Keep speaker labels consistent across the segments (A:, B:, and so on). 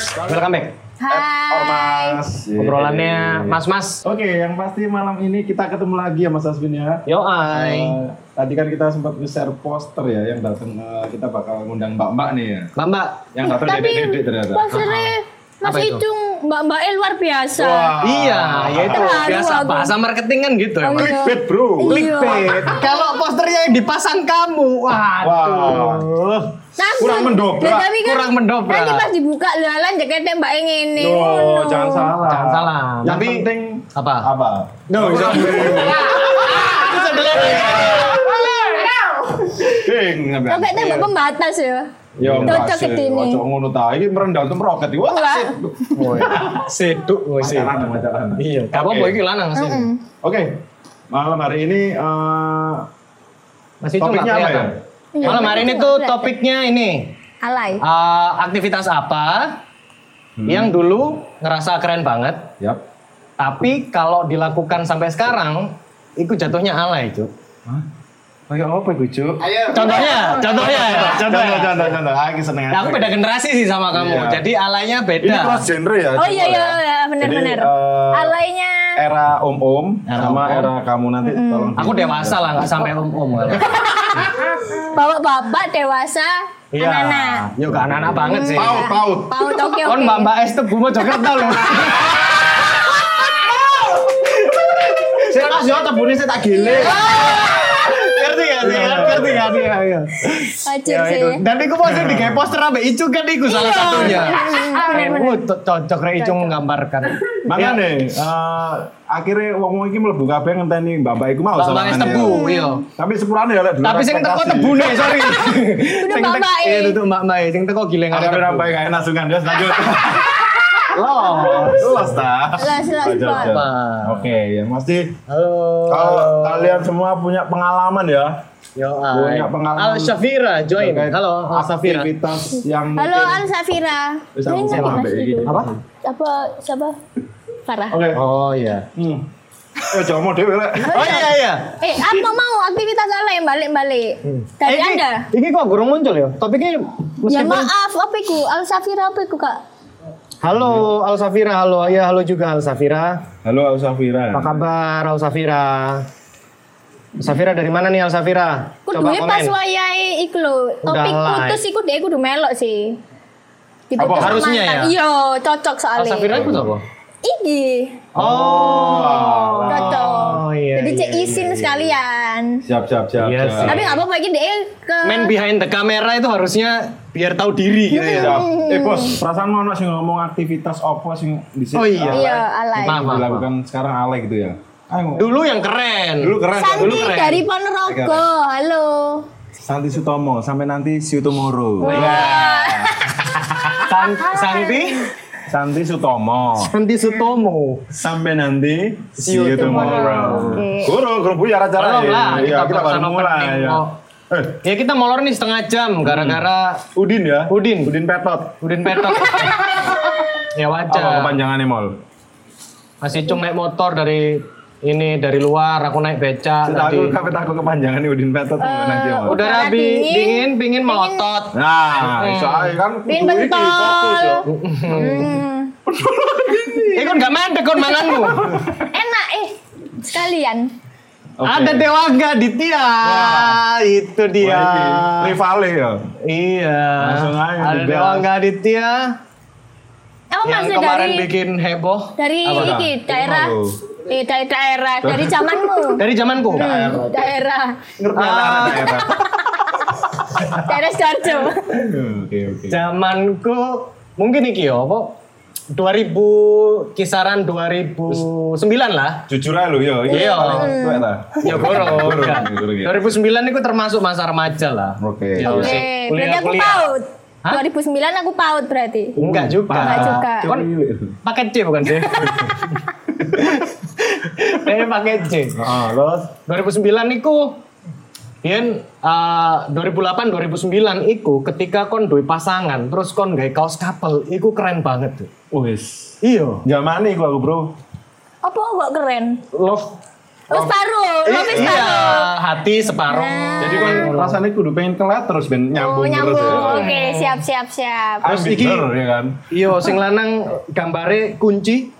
A: Comeback.
B: Hai.
C: Mas.
A: Obrolannya mas-mas.
C: Oke, yang pasti malam ini kita ketemu lagi ya Mas Aswin ya.
A: Yo, ai.
C: Eh, tadi kan kita sempat share poster ya yang datang eh, kita bakal ngundang Mbak-mbak nih ya.
A: Mbak, Mbak.
C: Yang datang
B: Tapi
C: dedek-dedek ternyata.
B: posternya Mas
A: Apa itu?
B: Ijung mbak-mbaknya luar biasa.
A: Iya, ya itu
B: Terharu
A: biasa
B: aku.
A: bahasa marketing kan gitu
B: Oh,
A: emang.
B: iya.
C: Clickbait, Bro.
B: Iya.
A: Clickbait. Kalau posternya yang dipasang kamu, waduh.
B: Nah,
C: Kurang
B: dan-
C: mendobrak,
B: dan tapi kan
A: kurang mendobrak.
B: Nanti pas dibuka lalan jaketnya mbak yang ini.
C: Oh,
B: Ngono.
C: jangan salah.
A: Jangan salah.
C: Yang
A: Tapi-
C: penting
A: Apa?
C: apa?
A: No,
C: Apa?
A: Aku sebelah.
C: Ding, ngebel.
B: Sampai tembok
C: Iya.
B: pembatas ya.
C: Yo,
B: Cocok ke sini.
C: Ojo ngono ta. Iki merendah untuk meroket. Wah,
B: Wah.
C: asik.
A: Woi, Seduk woi sih.
C: Pacaran, pacaran.
A: Iya, gak apa-apa
C: Oke.
A: iki lanang sih.
C: Hmm.
B: Hmm.
C: Oke. Malam hari ini eh,
A: Masih itu
C: Topiknya
A: nggak
C: apa ya?
A: kelihatan.
B: Iya,
A: Malam hari ini
B: topiknya
A: tuh
B: nggak kelihatan.
A: topiknya ini.
B: ya. Alay.
A: eh, aktivitas apa yang dulu ngerasa keren banget,
C: Yap.
A: tapi kalau dilakukan sampai sekarang, itu jatuhnya alay, Cuk.
C: Kayak apa gue, Cuk?
A: Contohnya, contohnya,
C: Contoh,
A: contohnya.
C: contoh, contoh. Ah, ini seneng
A: Nah, aku beda generasi sih sama kamu,
C: Iya.
A: jadi alaynya
C: Ini
A: beda.
C: cross genre ya.
B: Oh iya
C: Cuk,
B: iya
C: ya.
B: iya,
C: Jadi,
B: benar-benar.
C: eh,
B: Alaynya.
C: Era om-om
A: Era
C: sama
A: om-om.
C: era kamu nanti tolong.
A: Aku
C: di-
A: dewasa lah, nggak sampai om-om. kali.
B: Bapak-bapak dewasa anak-anak.
A: Iya, gak anak-anak banget sih.
C: Paut, paut.
B: Paut oke oke.
A: Kon mbak mbak es tuh mau Jakarta loh. Saya mas yo tebune saya tak gile. Ngerti
C: Iya,
A: gak sih? Ngerti gak sih? Ayo.
B: Wajib sih.
A: Dan iku mau di kayak poster abe Icu kan iku salah satunya. Aku cocok rek Icu menggambarkan. Iya.
C: Makanya eh, akhirnya wong-wong iki mlebu kabeh ngenteni mbak-mbak iku mau
A: Mbak mbak es tebu, iya.
C: Tapi sepurane ya lek dulu
A: Tapi sing teko
C: ekspektasi.
A: tebune, sorry.
B: Udah
A: Sing
B: mbak
A: teko-
B: mbak
A: Iya, itu mbak mbak sing teko gile nggak
C: Akhirnya
A: tebun.
C: sampai kayak nasungan dia lanjut.
A: Loh.
C: Los ta.
B: Los, los,
C: Lanjut,
B: Pak.
C: lanjut. Oke, yang pasti
A: Halo.
C: kalau kalian semua punya pengalaman ya
A: Yo,
C: Punya
A: ay.
C: pengalaman.
A: Al Shafira join.
C: terkait
A: Halo, Al Shafira.
C: aktivitas yang
B: Halo
C: mungkin-
B: Al Safira.
C: Bisa
B: Ini
C: ngomong
B: nggak
C: sama
B: dibahas
C: Mbak Egi.
B: dulu.
A: Apa?
B: Apa siapa? Farah.
C: Oke.
A: Oh iya.
C: Hmm. Eh, jamu dhewe lek.
A: Oh iya iya.
B: Eh, apa mau aktivitas alay balik-balik? Dari
A: Eh,
B: Anda?
A: Ini kok gurung muncul ya? Topiknya
B: Ya
A: meskipun
B: maaf, apa iku? Al Safira apa iku, Kak?
A: Halo Al Safira, halo. Ya halo juga Al Safira.
C: Halo Safira.
A: Apa kabar Al Safira? Safira dari mana nih Al Safira?
B: Kudunya ya pas wayahe iku lho, topik
A: Udah alay.
B: putus iku dhek kudu melok sih. Diputus
C: Apa,
B: sama
A: harusnya
B: mantan.
A: ya?
B: Iya, cocok
A: Al
B: soalnya.
A: Safira itu apa?
B: Iki.
A: Oh.
B: Cocok.
A: Oh, iya,
B: Jadi cek
A: iya,
B: izin sekalian.
C: Siap, siap, siap.
A: Iya
C: siap.
A: sih.
B: Tapi nggak apa-apa iki dhek ke
A: Man behind the camera itu harusnya biar tahu diri gitu ya.
C: Siap. Eh, Bos, perasaan mau sing ngomong aktivitas opo sing disi
A: Oh, iya.
B: Iya,
A: Maaf,
B: alay.
A: maaf, maaf.
C: dilakukan sekarang alay gitu ya. Ayo.
A: Dulu yang keren.
C: Dulu keren. kan?
B: Santi
C: Dulu
A: keren.
B: dari Ponorogo. Halo.
C: Santi Sutomo sampai nanti see you tomorrow.
A: San- Santi
C: Santi Sutomo
A: Santi Sutomo.
C: sampai nanti see you tomorrow.
B: Oke.
C: Guru, guru bu ya cara
A: Belum lah, kita
C: Iya, Hmm. kita
A: barusan
C: baru mulai.
A: opening
C: ya.
A: kok.
C: Eh,
A: Ya kita molor nih setengah jam gara-gara
C: Udin ya?
A: Udin.
C: Udin Petot.
A: Udin petot. ya
C: Apa
A: wajar.
C: kepanjangannya, Mol?
A: Mas Icung naik motor dari ini dari luar, aku naik beca
C: Cita
A: tadi.
C: aku, kapan aku kepanjangannya Udin Petot
A: Eh,
C: nggak nanti, Mol?
A: Udara
B: Udara
A: bi-
B: dingin.
A: dingin, pingin melotot.
C: Nah, soalnya kan
B: Pin
C: kudu iki fokus
B: bentol.
C: yo.
B: Hmm.
A: Eh kon gak mandek kon manganmu.
B: Enak eh sekalian.
C: Oke.
A: Ada iya. Dewaga Ditya. Itu dia.
C: Wah, ini Rivale ya.
A: Iya.
C: Langsung aja
A: Ada
C: dibahas.
A: Dewaga Ditya
B: Apa
A: yang
B: maksudnya
A: kemarin
B: Oh, dari
A: bikin heboh
B: dari
C: Apa, Kak?
B: iki daerah
C: Apa lu?
B: eh dari daerah dari zamanmu
A: dari zamanku.
C: Iya.
B: Hmm, daerah
C: Ngerti
A: Ah.
C: anak-anak daerah.
B: daerah Sidoarjo
C: Oke, oke.
A: Zamanku mungkin iki ya apa? 2000 kisaran 2009 lah.
C: Jujur aja lu yo.
A: Iya.
C: Tuwek ta.
A: Ya goro.
C: Goro,
A: enggak.
C: goro, ya.
A: 2009 itu termasuk masa remaja lah.
C: Oke.
A: Ya,
B: oke
A: sih.
B: berarti aku
A: Kuliah-kuliah.
B: paut
A: Hah?
B: 2009 aku paut berarti
A: Enggak juga.
B: Enggak juga.
A: Kon pakai C bukan C. Dia pakai C.
C: Heeh, Ah, terus
A: 2009 itu Yen eh, 2008 2009 iku ketika kon duwe pasangan terus kon gawe kaos couple iku keren banget tuh.
C: wis.
A: Iya.
C: Zaman iku aku, Bro.
B: apa kok keren
A: Love
B: Wis paruh, lo wis Oh,
A: iya,
B: paruh.
A: hati separuh.
C: Jadi kan rasanya kudu pengen telat terus ben
B: Oh,
C: nyambung,
B: nyambung.
C: terus ya.
A: Kan
B: Oke, siap siap siap.
C: Terus
A: Ambiter,
C: iki ya kan.
A: Iya, sing lanang gambare kunci,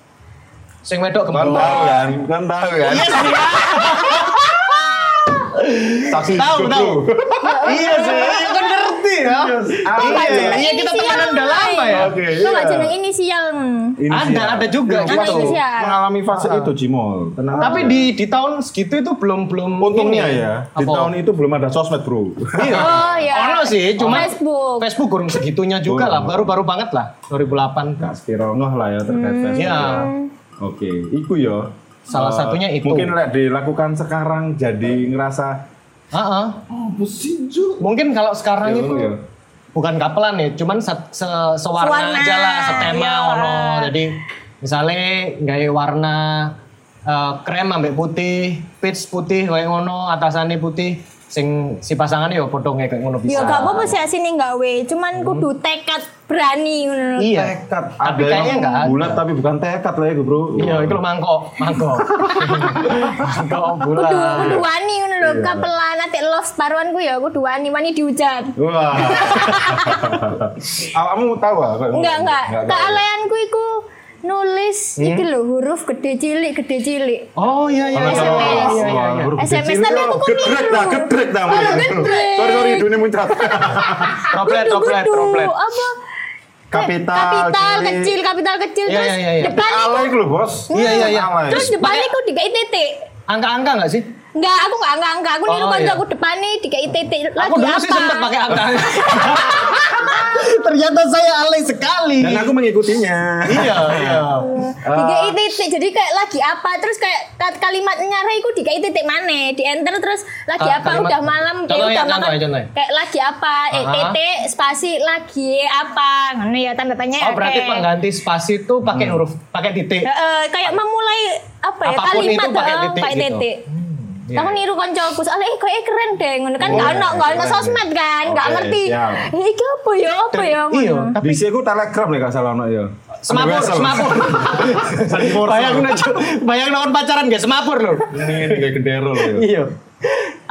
A: sing wedok
C: Kan
A: kembang.
C: tahu kan, kan tahu kan.
A: Iya ya.
C: Saksi
A: Tahu,
C: hidup
A: tahu.
C: lu.
A: iya sih, iya kan ngerti ya.
C: Ah,
A: Iya,
B: Iya.
A: iya kita temenan udah lama ya.
C: Oke.
B: Lo nggak
C: iya.
B: jeneng inisial. hmm.
A: Ada, ada juga
B: Ada
A: gitu.
B: inisial.
C: Mengalami fase itu Jimol. Tenang.
A: Tapi di di tahun segitu itu belum belum
C: untungnya
A: ini.
C: ya, di
A: Apa?
C: tahun itu belum ada sosmed, Bro.
A: Iya.
B: Oh, iya.
A: Ono sih, cuma
B: Facebook.
A: Facebook kurang segitunya juga
C: Kurang.
A: lah, baru-baru banget lah 2008.
C: Kak Spirongoh lah ya terkait Facebook.
A: Iya.
C: Oke, iku ya.
A: Salah
C: Eh,
A: satunya itu.
C: Mungkin lah dilakukan sekarang jadi ngerasa
A: Heeh.
C: apa sih Ju?
A: Mungkin kalau sekarang
C: Ya,
A: itu
C: ya.
A: bukan kapelan ya, cuman se se sewarna
B: Sewarna,
A: aja lah, setema
B: iya.
A: ono. Jadi misalnya gawe warna eh, krem ambek putih, peach putih kayak ngono, atasannya putih, sing si pasangannya ya podong kayak ngono bisa.
B: Ya gak apa-apa sih sini gawe, cuman kudu tekad berani ngono lho.
A: Iya.
C: Tekad.
A: Tapi kayaknya enggak.
C: bulat tapi bukan tekad lah ya, Bro.
A: Iya, itu lo mangkok, mangkok. mangkok
B: Kudu kudu
A: bulat.
B: wani ngono lho, kapelan ate love separuhan ku ya kudu wani, wani dihujat.
C: Wah. Awakmu tahu ah? Kak?
B: Enggak, enggak. Hmm?
C: tahu.
B: Kealeanku iku nulis iki lho huruf gede cilik gede cilik.
A: Oh iya iya iya.
B: Sama-sama.
A: iya, iya, iya, iya.
C: Huruf kecil
B: SMS tapi kan aku
C: itu.
B: kok
C: Gedrek
B: niru.
C: dah, gedrek dah.
B: Oh, gedrek.
C: Sorry, sorry, dunia muncrat.
A: Droplet,
B: Kudu,
A: droplet,
B: kudu.
A: droplet.
B: Apa?
C: Kapital,
B: kapital
C: cilik.
B: kecil, kapital kecil
A: Iya,
B: terus
A: iya, iya, iya.
B: depan iku
C: Alay lho, Bos.
A: Iya, iya, iya.
C: Alay.
B: terus depan iku dikai titik.
A: Angka-angka nggak sih?
B: Enggak, aku enggak, enggak, enggak. Aku niru
A: Oh,
B: kanca
A: iya.
B: aku depane dikai titik. Lagu
A: Aku dulu
B: apa?
A: sih sempat pakai angka. Ternyata saya alay sekali.
C: dan aku mengikutinya.
A: iya, iya.
B: Dikai
A: Ah.
B: titik. Jadi kayak lagi apa? Terus kayak kat- kalimatnya Rai iku dikai titik mana? Di enter terus lagi
A: Ka- Ah,
B: apa?
A: kalimat-
B: udah malam, kayak
A: Contohnya,
B: udah
A: contohnya,
B: makan.
A: contohnya. Ah.
B: Kayak lagi apa? Eh
A: Aha.
B: titik spasi lagi apa? Ngono ya tanda tanya.
A: Oh berarti pengganti spasi itu pakai huruf, pakai titik.
B: Heeh, kayak memulai apa ya
A: Apapun
B: kalimat
A: itu pakai
B: heeh,
A: titik
B: pakai
A: gitu.
B: titik.
A: iya, Oh,
B: Aku niru koncoku soalnya eh kok keren deh ngono kan gak ono gak
A: iya.
B: ono sosmed kan gak
C: Oke,
B: ngerti.
C: siap.
B: Eh iki apa ya apa ya
A: Iya.
B: ngono.
C: Di sini aku telegram nih gak salah ono ya.
A: Semapur,
C: Universal.
A: semapur. bayang aja, bayang lawan pacaran gak semapur loh.
C: Ini ini kayak gendero loh. ya.
A: Iya.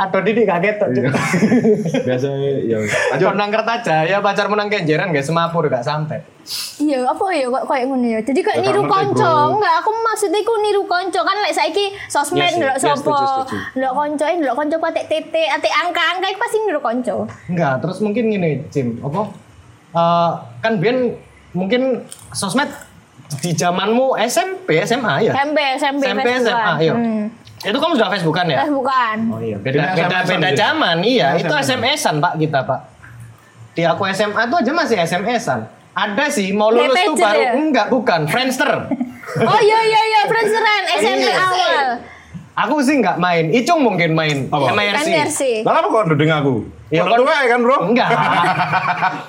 A: Aduh Didi kaget tuh.
C: Iya. Biasa ya. Ayo.
A: Aduh Ya, nang Kertajaya pacar menang kenjeran gak semapur gak sampai.
B: Iya apa ya kok kayak ngono ya. Jadi kayak
C: Ya, gak
B: niru
C: ngerti,
B: konco.
C: Bro.
B: Enggak aku maksudnya aku niru konco kan lek saiki
C: Ya,
B: sosmed
C: sih.
B: ndelok
C: Ya,
B: sapa.
C: setuju, setuju.
B: Ndelok konco eh ndelok konco patek titik atik angka-angka iku pasti niru konco.
A: Enggak, terus mungkin gini, Jim, apa? Eh, kan Bian mungkin sosmed di zamanmu SMP, SMA ya?
B: SMP SMP
A: SMP, SMA, iya. Itu kamu sudah Facebookan ya?
B: Hmm. Eh bukan.
A: Oh iya, beda
C: Kita
A: beda
C: SMS-an
A: beda
C: gitu.
A: zaman, iya.
C: Kita
A: Itu
C: SMS-an.
A: SMS-an Pak kita Pak. Di aku SMA tuh aja masih SMS-an. Ada sih mau lulus tuh
B: BPJ
A: baru
B: ya?
A: enggak bukan Friendster.
B: Oh iya iya iya friendseran SMP
A: Iya.
B: awal.
A: aku sih enggak main. Icung mungkin main.
C: Apa?
A: Iya,
B: MRC.
C: Lah apa kok ndudeng aku?
A: Ya,
C: Ya
A: kon-
C: tua kan, Bro?
A: Enggak.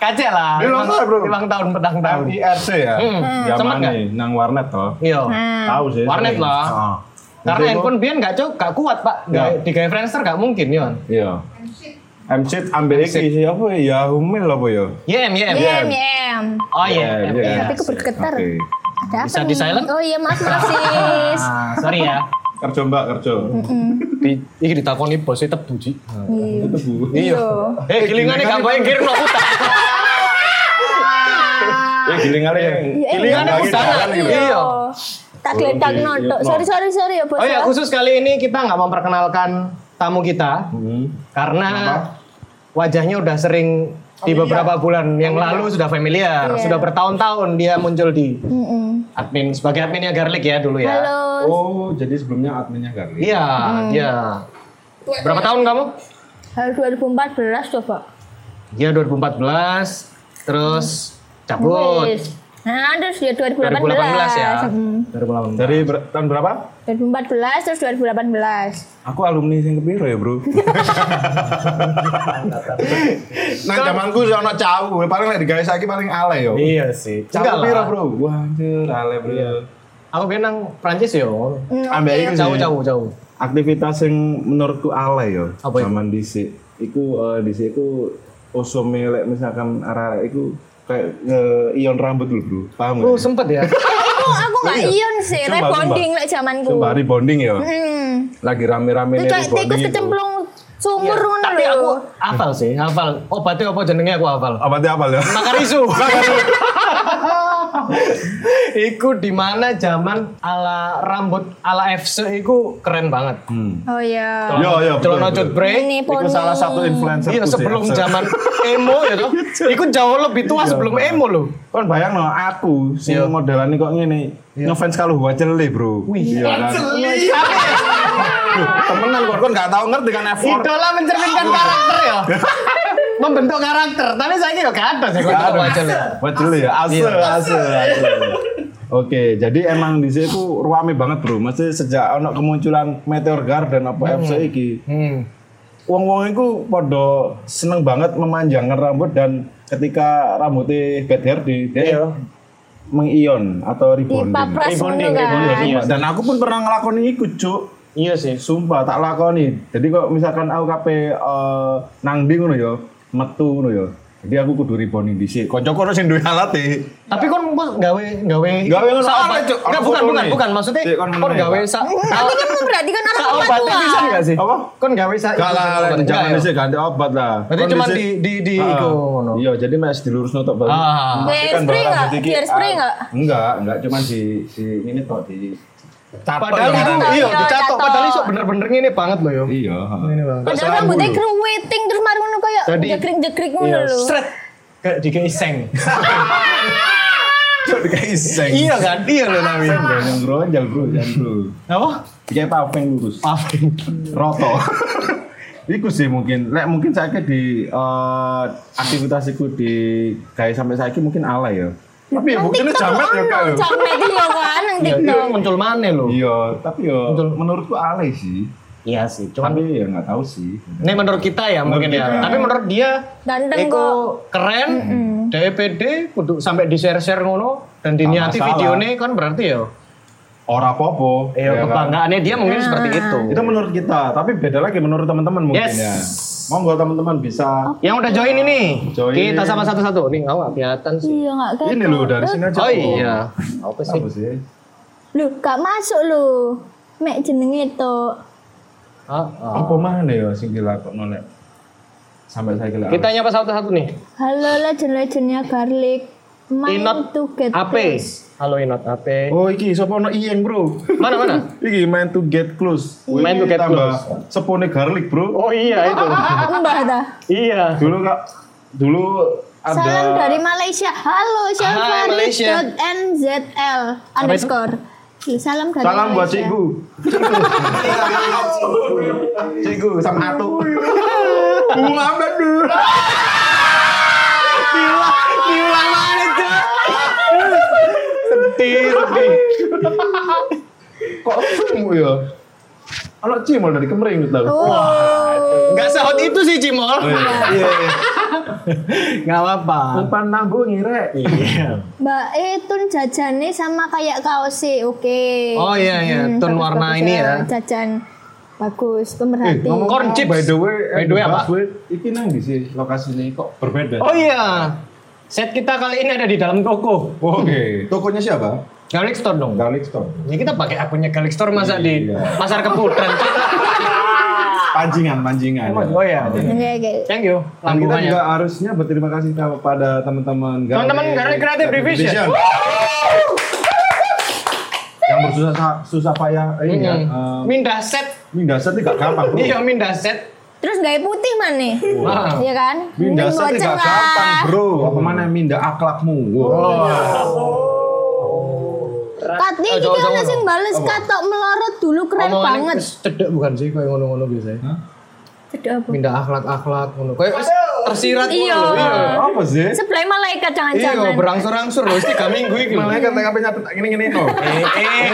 A: Kacek lah.
C: Ini
A: Emang-
C: lama, Bro.
A: emang tahun petang tahun.
C: IRC ya.
A: Hmm. Sempet
C: Zaman
A: nggak?
C: nih nang warnet toh.
A: Iya.
B: Hmm.
C: Tahu sih.
A: Warnet
C: sering.
A: lah.
C: Ah.
A: Karena
C: Itu
A: handphone biar nggak cocok, nggak kuat pak. Nggak
C: Ya.
A: di gaya Friendster nggak mungkin yon.
C: Iya. MC ambil iki siapa ya? Ya humil apa ya?
A: YM YM.
B: Yem yem.
A: Oh iya. YM.
C: Iya, iya.
B: Tapi aku bergetar.
C: Oke.
B: Ada apa
A: Bisa
B: nih?
A: di silent?
B: Oh iya maaf maaf sis.
A: Ah, sorry ya.
C: Kerja Mbak, kerja.
A: Di, ini ditakoni bosnya tebu ji.
C: Itu Bu.
B: Iya.
A: Eh gilingannya gak boleh kirim no utang.
C: Ya giling kali ya.
B: Iya, eh,
A: Pilihannya
B: iya.
A: udah jalan gitu. Iya.
B: Iya. Tak
C: Oh,
B: geledak
C: iya,
B: nonton.
C: iya.
B: Sorry sorry sorry ya bos.
A: Oh ya
B: ya.
A: khusus kali ini kita nggak memperkenalkan tamu kita
C: Hmm.
A: karena
C: Kenapa?
A: wajahnya udah sering di beberapa bulan yang lalu sudah familiar,
B: Iya.
A: sudah bertahun-tahun dia muncul di
B: Mm-mm.
A: admin sebagai adminnya Garlic ya dulu ya.
B: Halo. Hmm.
C: Oh, jadi sebelumnya adminnya kali.
A: Iya, iya. Berapa tahun kamu?
B: Halo 2014 coba.
A: Iya 2014, terus cabut.
B: Wis. Nah, terus ya 2018.
A: 2018 ya.
B: Mm.
A: 2018.
C: Dari ber- tahun berapa?
B: 2014 terus 2018.
C: Aku alumni sing kepiro ya, Bro? Nang zamanku sih ono cawu, paling lek digawe saiki paling ale yo.
A: Iya sih.
C: Cawu
A: Enggak
C: piro,
A: lah. Iya.
C: Bro? Wah, anjir, ale, Bro.
A: Aku benang Prancis yo.
B: Mm,
C: Ambek
B: oke.
C: iku
A: Jauh jauh jauh.
C: Aktivitas sing menurutku ale yo.
A: Apa itu?
C: Zaman dhisik. Iku eh, dhisik iku osome lek misalkan arah iku kayak eh, ion rambut lho, Bro. Paham
A: Oh
C: gak?
A: sempet ya.
B: Oh, Aku aku nggak ion sih,
C: Sumpah,
B: rebonding
C: sumpah.
B: lek zamanku.
C: Sembari bonding yo.
B: Hmm.
C: lagi rame-rame
B: Itu kayak tikus kecemplung sumur ngono
A: Iya, Tapi
B: lho.
A: aku hafal sih, hafal. Obatnya apa jenenge aku hafal.
C: apa dia apa ya
A: Makan isu. iku di mana zaman ala rambut ala FC iku keren banget.
B: Oh iya.
C: Yo, yo, betul,
A: Celana
C: betul.
A: cut break.
B: Ini
C: itu
B: poni.
C: salah satu influencer
A: Iya sebelum zaman emo ya toh. Iku jauh lebih tua sebelum emo loh.
C: kan bayang no aku si
A: Iya.
C: modelan ini kok ngene ngefans kalau gua celi bro iya kan
A: Iya.
C: temenan kok kan nggak tahu ngerti kan effort
A: Idola mencerminkan karakter ya. Membentuk karakter. Tapi saya ini ya gak ada sih kok
C: Gak ada.
A: aja loh.
C: Buat dulu ya, ase,
A: Iya.
C: ase, ase. Oke, jadi emang di sini ku ruame banget bro. Mesti sejak ono kemunculan Meteor Garden apa FC iki,
A: Hmm.
C: wong-wong iku podo seneng banget memanjangkan rambut dan ketika rambutnya bad hair di dia
A: Iya.
C: mengion atau
B: Di
C: rebonding.
B: papras ngono
A: Rebonding,
B: kan.
A: rebonding.
C: Sumpah, Dan aku pun pernah ngelakoni iku, cuk.
A: Iya sih.
C: Sumpah tak lakoni. Jadi kok misalkan aku kape eh, nang di ngono ya, metu ngono ya. Jadi aku kudu rebonding dhisik. Kancaku ono sing duwe alate.
A: Tapi kon kok gawe gawe
C: Gawe ngono
A: Sa-
C: apa, Cuk?
A: Enggak
C: Ono
A: bukan
C: foto
A: bukan
C: nih.
A: bukan maksudnya
C: Cik, kon
A: kon
C: meneh,
A: gawe
C: Pak.
A: sa
B: Tapi kan berarti kan orang
A: sa
B: tua
A: obat bisa
C: Iya
A: ya?
B: tua.
A: enggak sih?
C: Apa?
A: Kon gawe sa
C: Gak lah,
A: Enggak
C: jangan
A: ya?
C: dhisik ganti obat lah.
A: Berarti
C: Kon
A: cuma
C: dhisik-
A: di- di- di
C: Ah,
A: iku ngono.
C: Iya, jadi mes dilurusno tok kan baru.
A: Ah.
B: Di hairspray nggak? Di hairspray nggak?
C: Enggak, enggak cuman di di ini tok di iya. Catok
A: Padahal
C: ya,
A: itu
C: kan?
A: iya
B: Iya,
A: dicatok
B: dicatok.
A: padahal iso bener-bener ngene banget loh yo.
C: Iya.
A: Ngene banget.
B: Padahal rambutnya keriting terus mari ngono kayak
A: Jadi-
B: jegrik-jegrik
A: Iya,
B: ngono lho.
A: Sret. Kayak dikei seng.
C: Cuk kayak iseng.
A: Iya kan? Iya loh Nami.
C: Jangan gronjal, Bro, jangan, Bro.
A: Apa?
C: Kayak topeng lurus.
A: Paving.
C: roto Iku sih mungkin, lek mungkin saya di eh, aktivitasiku di kayak sampai saya mungkin alay ya. Tapi ya mungkin
B: TikTok
C: jamet ya
B: ono,
C: kak. ya.
B: Jamet iya kan nang
A: Iya
B: TikTok.
A: muncul mana loh?
C: Iya, tapi ya
A: Betul.
C: menurutku alay sih.
A: Iya sih. Cuman
C: Tapi ya nggak tahu sih.
A: ini menurut kita ya
C: Menurut
A: mungkin ya.
C: kita.
A: Tapi menurut dia
B: Ganteng
A: Eko
B: kok.
A: keren, DPD kudu sampai di-share-share ngono dan diniati
C: masalah.
A: videonya kan berarti ya.
C: Ora popo.
A: Ya
C: ya kan?
A: kebanggaannya dia mungkin
B: Iya.
A: seperti itu.
C: Itu menurut kita, tapi beda lagi menurut teman-teman mungkin
A: Yes.
C: ya. Monggo teman-teman bisa
A: Yang udah join ini,
C: Join.
A: kita sama satu-satu. Nih, awak kelihatan sih.
B: Iya nggak kan.
C: ini loh dari sini aja.
A: Oh
C: kok.
A: iya. Apa sih?
C: Apa sih?
B: Lho gak masuk lho. Mek jenenge tok.
A: Ah, ah.
C: Apa mana ya sing dilakokno nek sampai saya kira
A: Kita nyapa satu-satu nih.
B: Halo legend-legendnya garlic. Main
A: Inot
B: to get
A: AP.
B: close.
A: Halo Inot AP.
C: Oh iki sapa ono iyeng, Bro.
A: Mana mana?
C: Iki main to get close.
A: Main to
C: Wih,
A: get
C: tambah Sepone garlic, Bro.
A: Oh iya itu.
B: Mbah Ah, ta.
A: iya.
C: Dulu Kak, dulu ada
B: Salam dari Malaysia. Halo
A: Malaysia.
B: syafari.nzl underscore. Salam dari
C: Salam buat
B: Malaysia.
C: cikgu. cikgu sama atu. Muhammad dulu.
A: Diulang mana tuh? sedih, sedih.
C: Kok semu ya? Ono cimol dari kemering gitu.
B: Oh.
A: Gak sehot itu sih Cimol.
C: Iya.
A: Gak apa-apa.
C: Umpan nambu ngirek.
A: Iya.
B: Mbak Etun jajannya sama kayak kaos sih, oke. Hmm,
A: Oh, iya, iya. Tun
B: bagus,
A: warna
B: bagus
A: ini ya. Eh,
B: Jajan bagus, pemerhati.
C: ngomong
A: Corn chips.
C: By the way,
A: By the way apa?
C: Iki nang di sini lokasinya kok berbeda.
A: Oh iya. Set kita kali ini ada di dalam toko.
C: Oke, tokonya siapa?
A: Garlic Store dong.
C: Garlic Store.
A: Ya kita pakai akunnya Garlic Store masa di
C: Iya.
A: pasar keputaran.
C: Pancingan, pancingan.
A: Oh iya.
B: Oke, oke.
A: Thank you.
C: Dan kita juga
A: Lambungannya. Hmm.
C: harusnya berterima kasih kepada teman-teman Garlic-
A: Teman-teman Garlic Creative Division.
C: yang bersusah susah payah eh, ini ya.
A: Mm. Mindah set.
C: Minda set gak gampang. Bro.
A: Iya mindah set. Nah,
B: Terus gaya putih mana?
A: Wah.
B: Iya kan?
C: Minda
B: Mending
C: set
B: boceng
C: gak
B: lah.
C: gampang, Bro. Apa mana minda akhlakmu?
A: Oh,
C: Wow.
B: Kat ini
A: Ojo,
B: kita
A: ojo,
B: ono
A: ojo.
B: sing bales katok melorot dulu keren
A: Omongannya
B: banget.
A: Cedek bukan sih kayak ngono-ngono biasanya.
B: Cedek apa?
A: Mindah akhlak-akhlak ngono. Kayak tersirat ngono
B: Iya.
A: lho, iya.
C: Apa sih?
B: Sebelah malaikat
A: Iya,
B: jangan-jangan. Ah,
A: berangsur-angsur loh, tiga minggu iki. Iya. lho.
C: Malah kata apa nyapet gini-gini. oh.
B: Eh,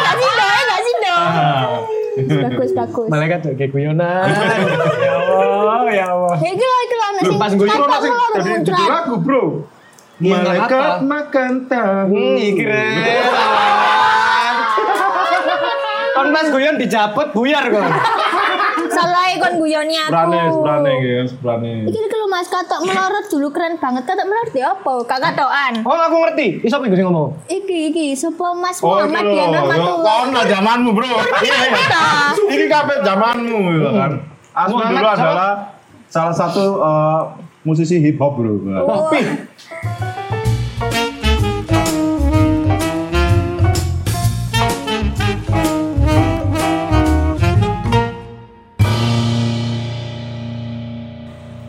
B: gak sih dong, eh, gak sih dong.
C: Ah. iya.
B: Bagus, bagus.
A: Malaikat tuh kayak guyonan. ya Allah, ya Allah.
B: Ya iki lho, iki lho ono
A: Loh,
B: sing
A: pas gue
B: katok
A: suruh
C: Sing
B: melorot
C: Jadi judul
B: muncrat.
C: aku, Bro.
A: Iya, gak
C: Malaikat
A: apa.
C: makan tahu.
A: Hmm, iki keren. Kon pas guyon dijabut buyar kok.
B: Salah e kon guyoni aku.
C: Berani, gitu. berani, guys, berani.
B: Iki lho Mas, katok melorot dulu keren banget. Katok melorot ya apa? Kak katokan.
A: Oh, aku ngerti. Iso pengen ngomong.
B: Iki iki sapa Mas
C: Oh,
B: Muhammad Iya.
C: itu
B: Dian
C: loh.
B: Rahmatullah.
C: Kon lah oh, zamanmu, Bro. Iya, Ini kabeh zamanmu ya kan. Aku
A: Muhammad
C: dulu
A: siapa?
C: adalah salah satu eh, musisi hip hop, Bro.
B: Wah.
A: Pi.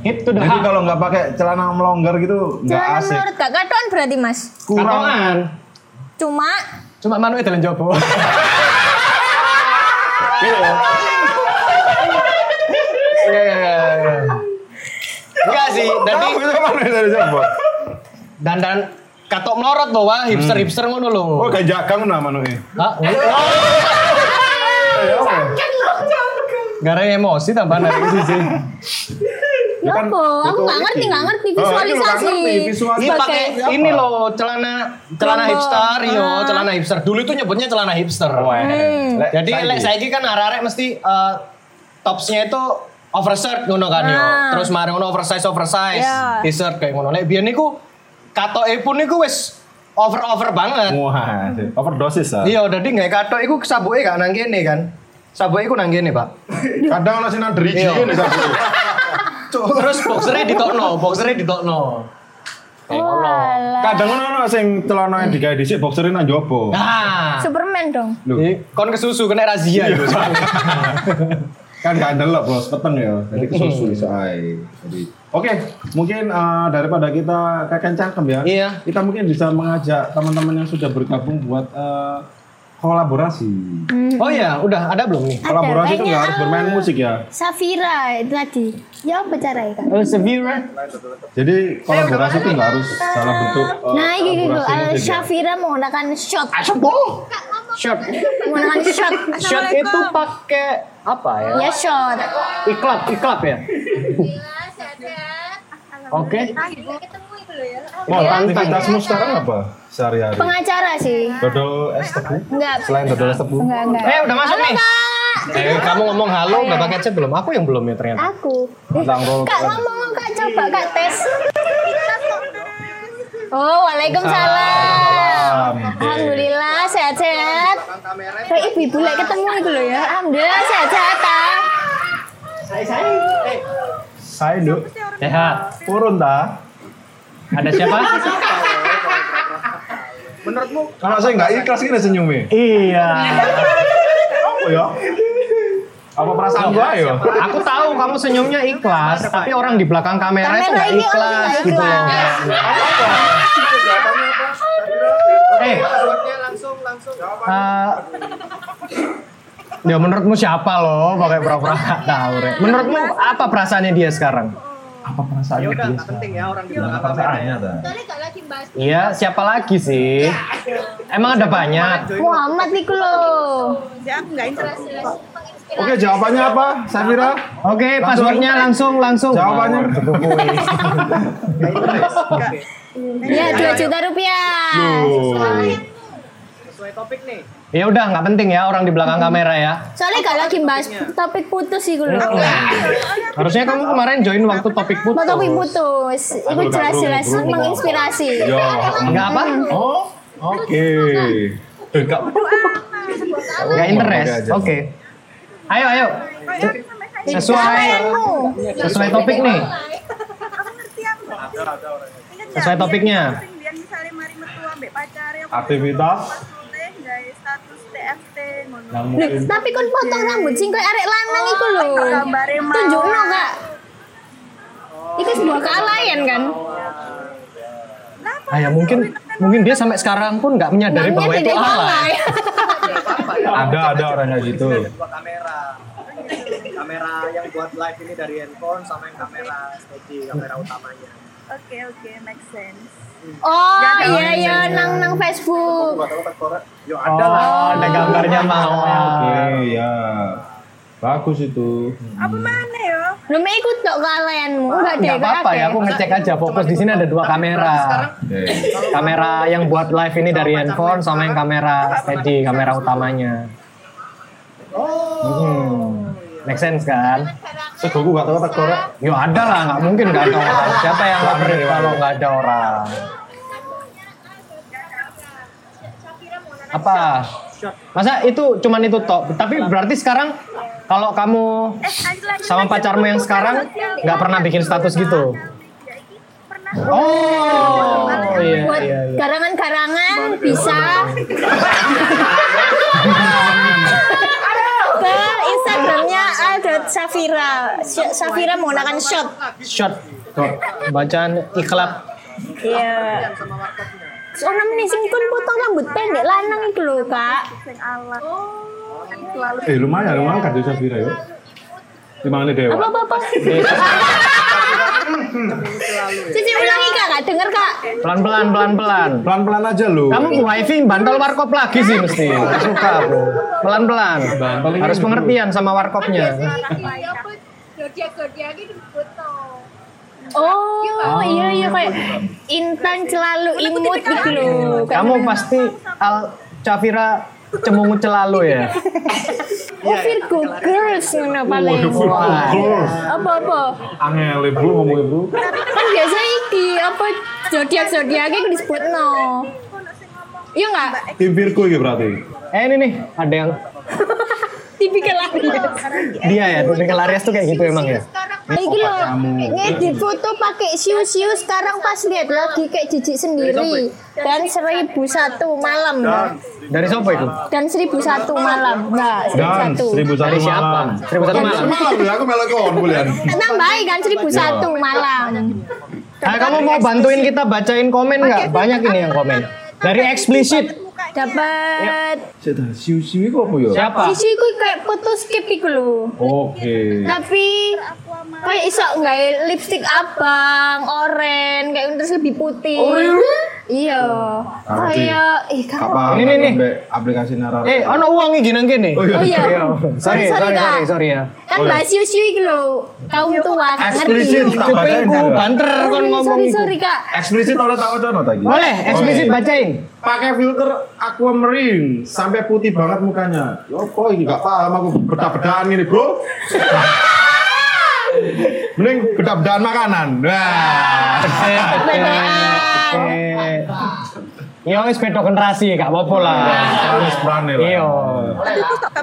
A: Hip to the
C: Jadi
A: heart.
C: kalau nggak pakai celana melonggar gitu nggak
B: Jangan
C: asik.
B: melorot Kak katokan berarti Mas.
C: Kurang
A: Katongan.
B: Cuma
A: Cuma manuke dalan jopo. Iya iya iya. iya. Enggak sih,
C: Kamu
A: jadi
C: itu mana dari siapa?
A: dandan katok melorot loh, wah hipster-hipster ngono lho.
C: Oh kayak jakang nah manuke.
A: Hah? Oh. eh. Gara emosi tambahan dari itu sih.
C: Ya kan,
B: Nopo,
C: itu
B: aku nggak ngerti,
C: ini.
B: nggak ngerti
C: Oh, ini lo nggak
B: visualisasi.
C: ngerti, Iya, visual-
A: Ini
B: Sebagai-
A: pakai ini loh celana celana
B: Lombok.
A: hipster yo,
B: Ah.
A: celana hipster. Dulu itu nyebutnya celana hipster.
C: Lek,
A: Jadi
C: saiki.
A: lek saiki kan arek-arek mesti eh, topsnya itu oversize ngono kan yo.
B: Ah.
A: Terus mari ngono oversize oversize
B: Ya.
A: t-shirt kayak ngono. Lek biyen niku katoke pun niku wis over-over banget.
C: Wah, overdosis ah.
A: Iya, jadi nggak katok iku sabuke gak nang kene kan. Sabuke iku nang kene, Pak.
C: Kadang ono sinan driji
A: Iya.
C: ngene satu.
A: Terus boxernya ditokno, boxernya ditokno. Kayak ngono.
B: Walah.
C: Kadang ono ono sing celana yang digawe dhisik boxer nang jopo.
A: Nah. Iya.
B: Superman dong.
C: Loh.
A: Jadi, kon kesusu kena razia itu.
C: kan gak ndelok bos peteng ya jadi kesusu iso ae jadi oke mungkin eh, daripada kita kakek cangkem ya
A: Iya.
C: kita mungkin bisa mengajak teman-teman yang sudah bergabung buat eh, kolaborasi
B: Hmm.
A: Oh iya, udah ada belum nih?
C: kolaborasi itu
B: kayaknya
C: nggak harus bermain
B: ada.
C: musik ya
B: Safira itu tadi. Ya apa caranya Kak?
A: Oh, Sevira.
C: jadi kolaborasi itu nggak harus dalam bentuk eh,
B: Nah, iki gitu.
C: kolaborasi
B: Al
C: musik ya.
B: Safira menggunakan shot.
A: Ah, Asbo. Shot.
B: Menggunakan shot.
A: Shot itu pakai apa ya?
B: Ya shot.
A: Iklap, iklap ya. Oke.
B: ya.
C: Mal,
B: Iya.
C: aktivitasmu sekarang apa sehari-hari?
B: Pengacara sih.
C: Dodol es tebu?
B: Enggak.
C: Selain dodol es tebu?
B: Enggak, enggak.
A: Eh, udah masuk nih.
B: Kak,
A: Eh, kamu ngomong halo, nggak pakai chat belum? Aku yang belum ya ternyata.
B: aku. Eh,
C: Tentang roll
B: Kak ngomong Kak coba Kak tes. Oh, waalaikumsalam. Alhamdulillah sehat-sehat. Kayak ibu-ibu lagi ketemu itu loh ya. Alhamdulillah sehat-sehat Kak.
C: Saya duk,
A: Sehat.
C: turun ta?
A: Ada siapa?
C: Kalau saya nggak ikhlas gini senyumnya
A: iya.
C: Apa ya? Apa perasaan gua ya?
A: Aku tahu kamu senyumnya ikhlas, tapi orang di belakang kamera, itu
B: Kamera
A: nggak
B: ini orang
A: ikhlas
B: nggak
A: gitu loh.
B: ikhlas.
A: Eh, Eh, ya menurutmu siapa loh pakai pura-pura nggak tahu Rek. Menurutmu apa perasaannya dia sekarang? Apa perasaannya dia sekarang?
C: Perasaannya ta?
A: Iya, siapa lagi sih? Emang ada banyak.
B: Muhammad iku loh.
C: Oke, jawabannya apa, Safira?
A: Oke, passwordnya langsung langsung.
C: Jawabannya?
B: Ya 2 juta rupiah.
A: Ya udah, nggak penting ya orang di belakang kamera ya.
B: Soalnya gak lagi bahas topik putus iku loh.
A: Harusnya kamu kemarin join waktu topik
B: Mau topik
A: putus.
B: putus.
C: Aduh,
B: Iku
C: gak
B: jelas-jelas
C: perlu, perlu.
B: menginspirasi.
C: Yo,
A: Nggak apa?
C: Ya, Oh, oke. Eh, nggak-
A: Nggak interest.
C: Oke aja.
A: Oke. Ayo ayo. Sesuai
B: Kamu.
A: sesuai topik nih. Sesuai topiknya.
D: Biar misalnya mari mertua ya, mbek pacare apa
C: Aktivitas?
D: maksudnya gawe status TFT ngono.
C: Nah,
B: Loh,
C: mungkin
B: tapi kon potong rambut sing koyo arek lanang iku lho.
D: Gambare mau.
B: Tunjukno, Kak. Iku sebuah kealayan kan?
A: Ah ya mungkin mungkin dia sampai sekarang pun nggak menyadari
B: Namanya
A: bahwa itu
B: tidak
A: alay.
B: alay.
C: ada ada orang kayak gitu.
E: dua kamera kamera yang buat live ini dari handphone sama yang kamera steady kamera utamanya
D: Oke oke make sense.
B: Oh, iya iya nang nang Facebook.
E: buat apa buat korek yo
A: Oh,
E: ada lah
A: ada gambarnya mau.
C: Oke, ya. Bagus itu.
D: Apa mana yo?
B: Lu mau ikut tok kealayanmu. Enggak deh,
A: Nggak apa-apa ya, aku ngecek aja fokus di sini ada dua kamera.
C: Oke.
A: Kamera yang buat live ini dari handphone sama yang kamera steady, Oh. kamera utamanya. Hmm. Make sense kan?
C: Segoku gak tau tak korek.
A: Ya ada lah, nggak mungkin nggak ada orang. Siapa yang lapar kalau nggak ada orang? Apa? Masa itu cuman itu tok? Tapi berarti sekarang kalau kamu
D: Eh,
A: sama pacarmu yang sekarang nggak pernah bikin status gitu? Oh, iya
B: buat
A: iya. iya.
B: garangan-garangan bisa ke Instagramnya al.safira Sy- Safira menggunakan shot
A: Shot, Tok. bacaan iklab
B: iya soalnya nih sing kun potong rambut pendek lanang itu loh kak
D: sing alat. Oh, selalu
C: Eh lumayan, lumayan kan Desa Vira ya. Dimana Dewa?
B: apa apa apa
A: Iya.
B: cici ulangi kak kak denger kak
A: pelan-pelan pelan-pelan.
C: Pelan-pelan aja lu.
A: Kamu Bu wifi bantal warkop lagi sih mesti. Nggak Suka aku. Pelan-pelan.
C: Bantal ini
A: Harus
C: dulu.
A: pengertian sama warkopnya.
B: oh iya iya kayak intan selalu imut gitu loh Kayak
A: Kamu pasti Al Cafira cemungut celalu ya.
B: Oh Virgo girls ngono paling. Apa apa?
C: Angel ibu ngomong ibu.
B: Kan biasa iki apa zodiak zodiaknya yang disebut no. Iya nggak?
C: Tim Virgo ini berarti.
A: Eh ini nih ada yang
B: Tipikal Aries.
A: dia ya. Tipikal Aries tuh kayak gitu emang ya.
B: Iki loh, ini di foto pakai siu-siu sekarang pas lihat lagi kayak jijik sendiri dan 1001 malam
A: Dari siapa itu?
B: dan 1001 malam nah
C: Dan
B: 1001
C: seribu satu
A: Dari siapa?
C: malam.
A: Seribu satu malam.
C: Malam ya, aku melok kon bulan.
B: nambahin kan 1001 malam
A: Ah, kamu mau bantuin kita bacain komen nggak? Banyak ini yang komen. Dari eksplisit.
B: dapat
C: Cedah siu-siu itu apa ya?
A: Siapa?
B: sisi ku kayak foto skip iku lho
C: Oke.
B: tapi kayak iso nggak ya, lipstick abang oren kayak terus lebih putih iya kayak eh kamu
C: Apa?
A: Ini, ini, ini.
C: sampai Aplikasi narar.
A: Eh, ono uang iki nang kene.
C: iya.
B: oh iya
A: Sorry,
B: Sorry,
A: sorry,
B: Kak.
A: sorry, sorry ya.
B: kan bahas siu siu iku lho kaum tua ngerti
C: Eksplisit tak bacain
A: Kupingku
C: kan.
A: banter kon
B: sorry
A: ngomong
B: sorry,
A: iku.
B: sorry kak
C: Eksplisit oleh tak wacana tadi.
A: Boleh, eksplisit bacain.
C: Pakai filter aquamarine sampai putih banget mukanya. Yo kok ini gak paham aku bedah-bedahan gini, Bro. Mending bedah-bedahan makanan. Wah.
B: Beneran.
A: Eh, Yo wis beda generasi, gak apa-apa lah.
C: Harus berani lah.
A: Iya.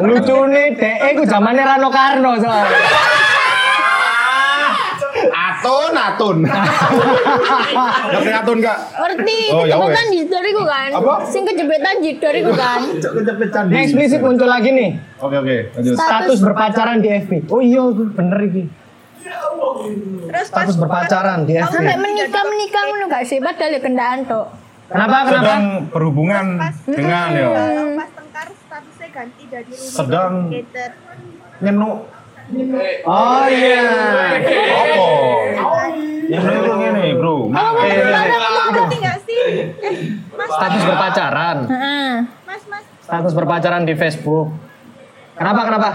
A: Lucu nih, DE ku zamannya Rano Karno soalnya.
C: Atun, atun. Ngerti atun gak?
B: ngerti
C: Oh, ya
B: ketemu
C: wes.
B: kan jidoriku kan
C: Apa?
B: sing kejebetan jidoriku kan
C: Kecep-kecepet
A: Ini eksplisit muncul lagi nih.
C: Oke, oke. Lanjut.
A: Status berpacaran di FB. Oh iya, bener iki.
D: Terus pas
A: Status berpacaran di FB.
B: sampai menikah menikah ngono gak sih padahal ya kendaan tok
A: Kenapa? Kenapa?
C: Sedang berhubungan dengan ya
D: kalau pas tengkar statusnya ganti dari rumah
C: Sedang-
D: gated.
C: nyenuk
A: Oh iya.
C: apa? Nyenuk itu gini, Bro. Eh,
D: Ngerti nggak sih? Eh, mas,
A: Status berpacaran.
B: Heeh.
D: mas, mas,
A: status berpacaran di Facebook. Kenapa kenapa?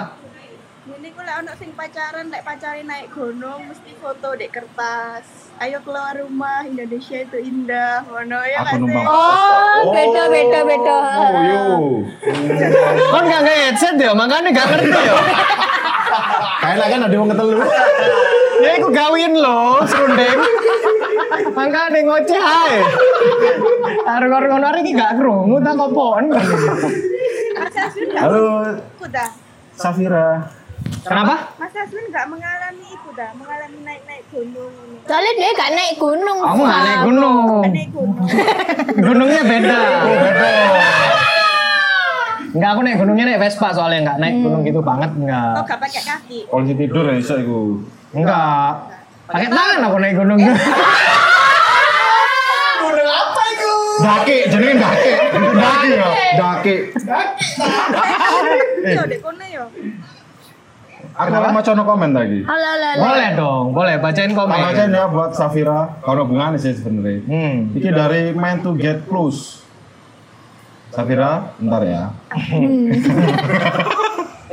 D: ini ku lek ono sing pacaran, lek pacarin naik gunung mesti foto dek kertas. Ayo keluar rumah, Indonesia itu indah. Ngono ya
C: Aku
D: nggak sih?
C: numpang.
B: oh beda beda beda
C: Oh, yo.
A: Kon gak nge headset ya, makanya gak ngerti ya.
C: Kayaknya kan ada yang ketelu.
A: ya aku gawin loh, serundeng. makanya ngoceh ae. Arek-arek ngono iki gak krungu tak kopoan.
D: Mas Aswin nggak
C: Halo,
D: ikut dah.
C: Safira.
A: Kenapa?
D: Mas Aswin nggak mengalami itu dah, mengalami naik-naik gunung. ngono.
B: Soalnya dia gak naik gunung.
A: Aku gak naik gunung.
D: Naik gunung.
A: Gunungnya beda. Enggak, aku naik gunungnya naik Vespa soalnya enggak naik gunung gitu banget enggak.
D: Oh, nggak pakai kaki.
C: Kalau si tidur ya bisa iku.
A: Enggak. Pakai tangan Eh, aku naik gunung. gunung apa itu?
C: Daki, jenenge daki. Daki ya. Daki. Eh.
D: Yo, dek Iya, kono yo.
C: Aku mau maca komen tadi.
B: Halo, halo, halo.
A: Boleh dong, boleh bacain komen.
C: Kalau aja ya buat Safira, Iya. kalau hubungannya sih sebenarnya.
A: Hmm.
C: Ini dari Man to Get Plus. Safira, bentar ya.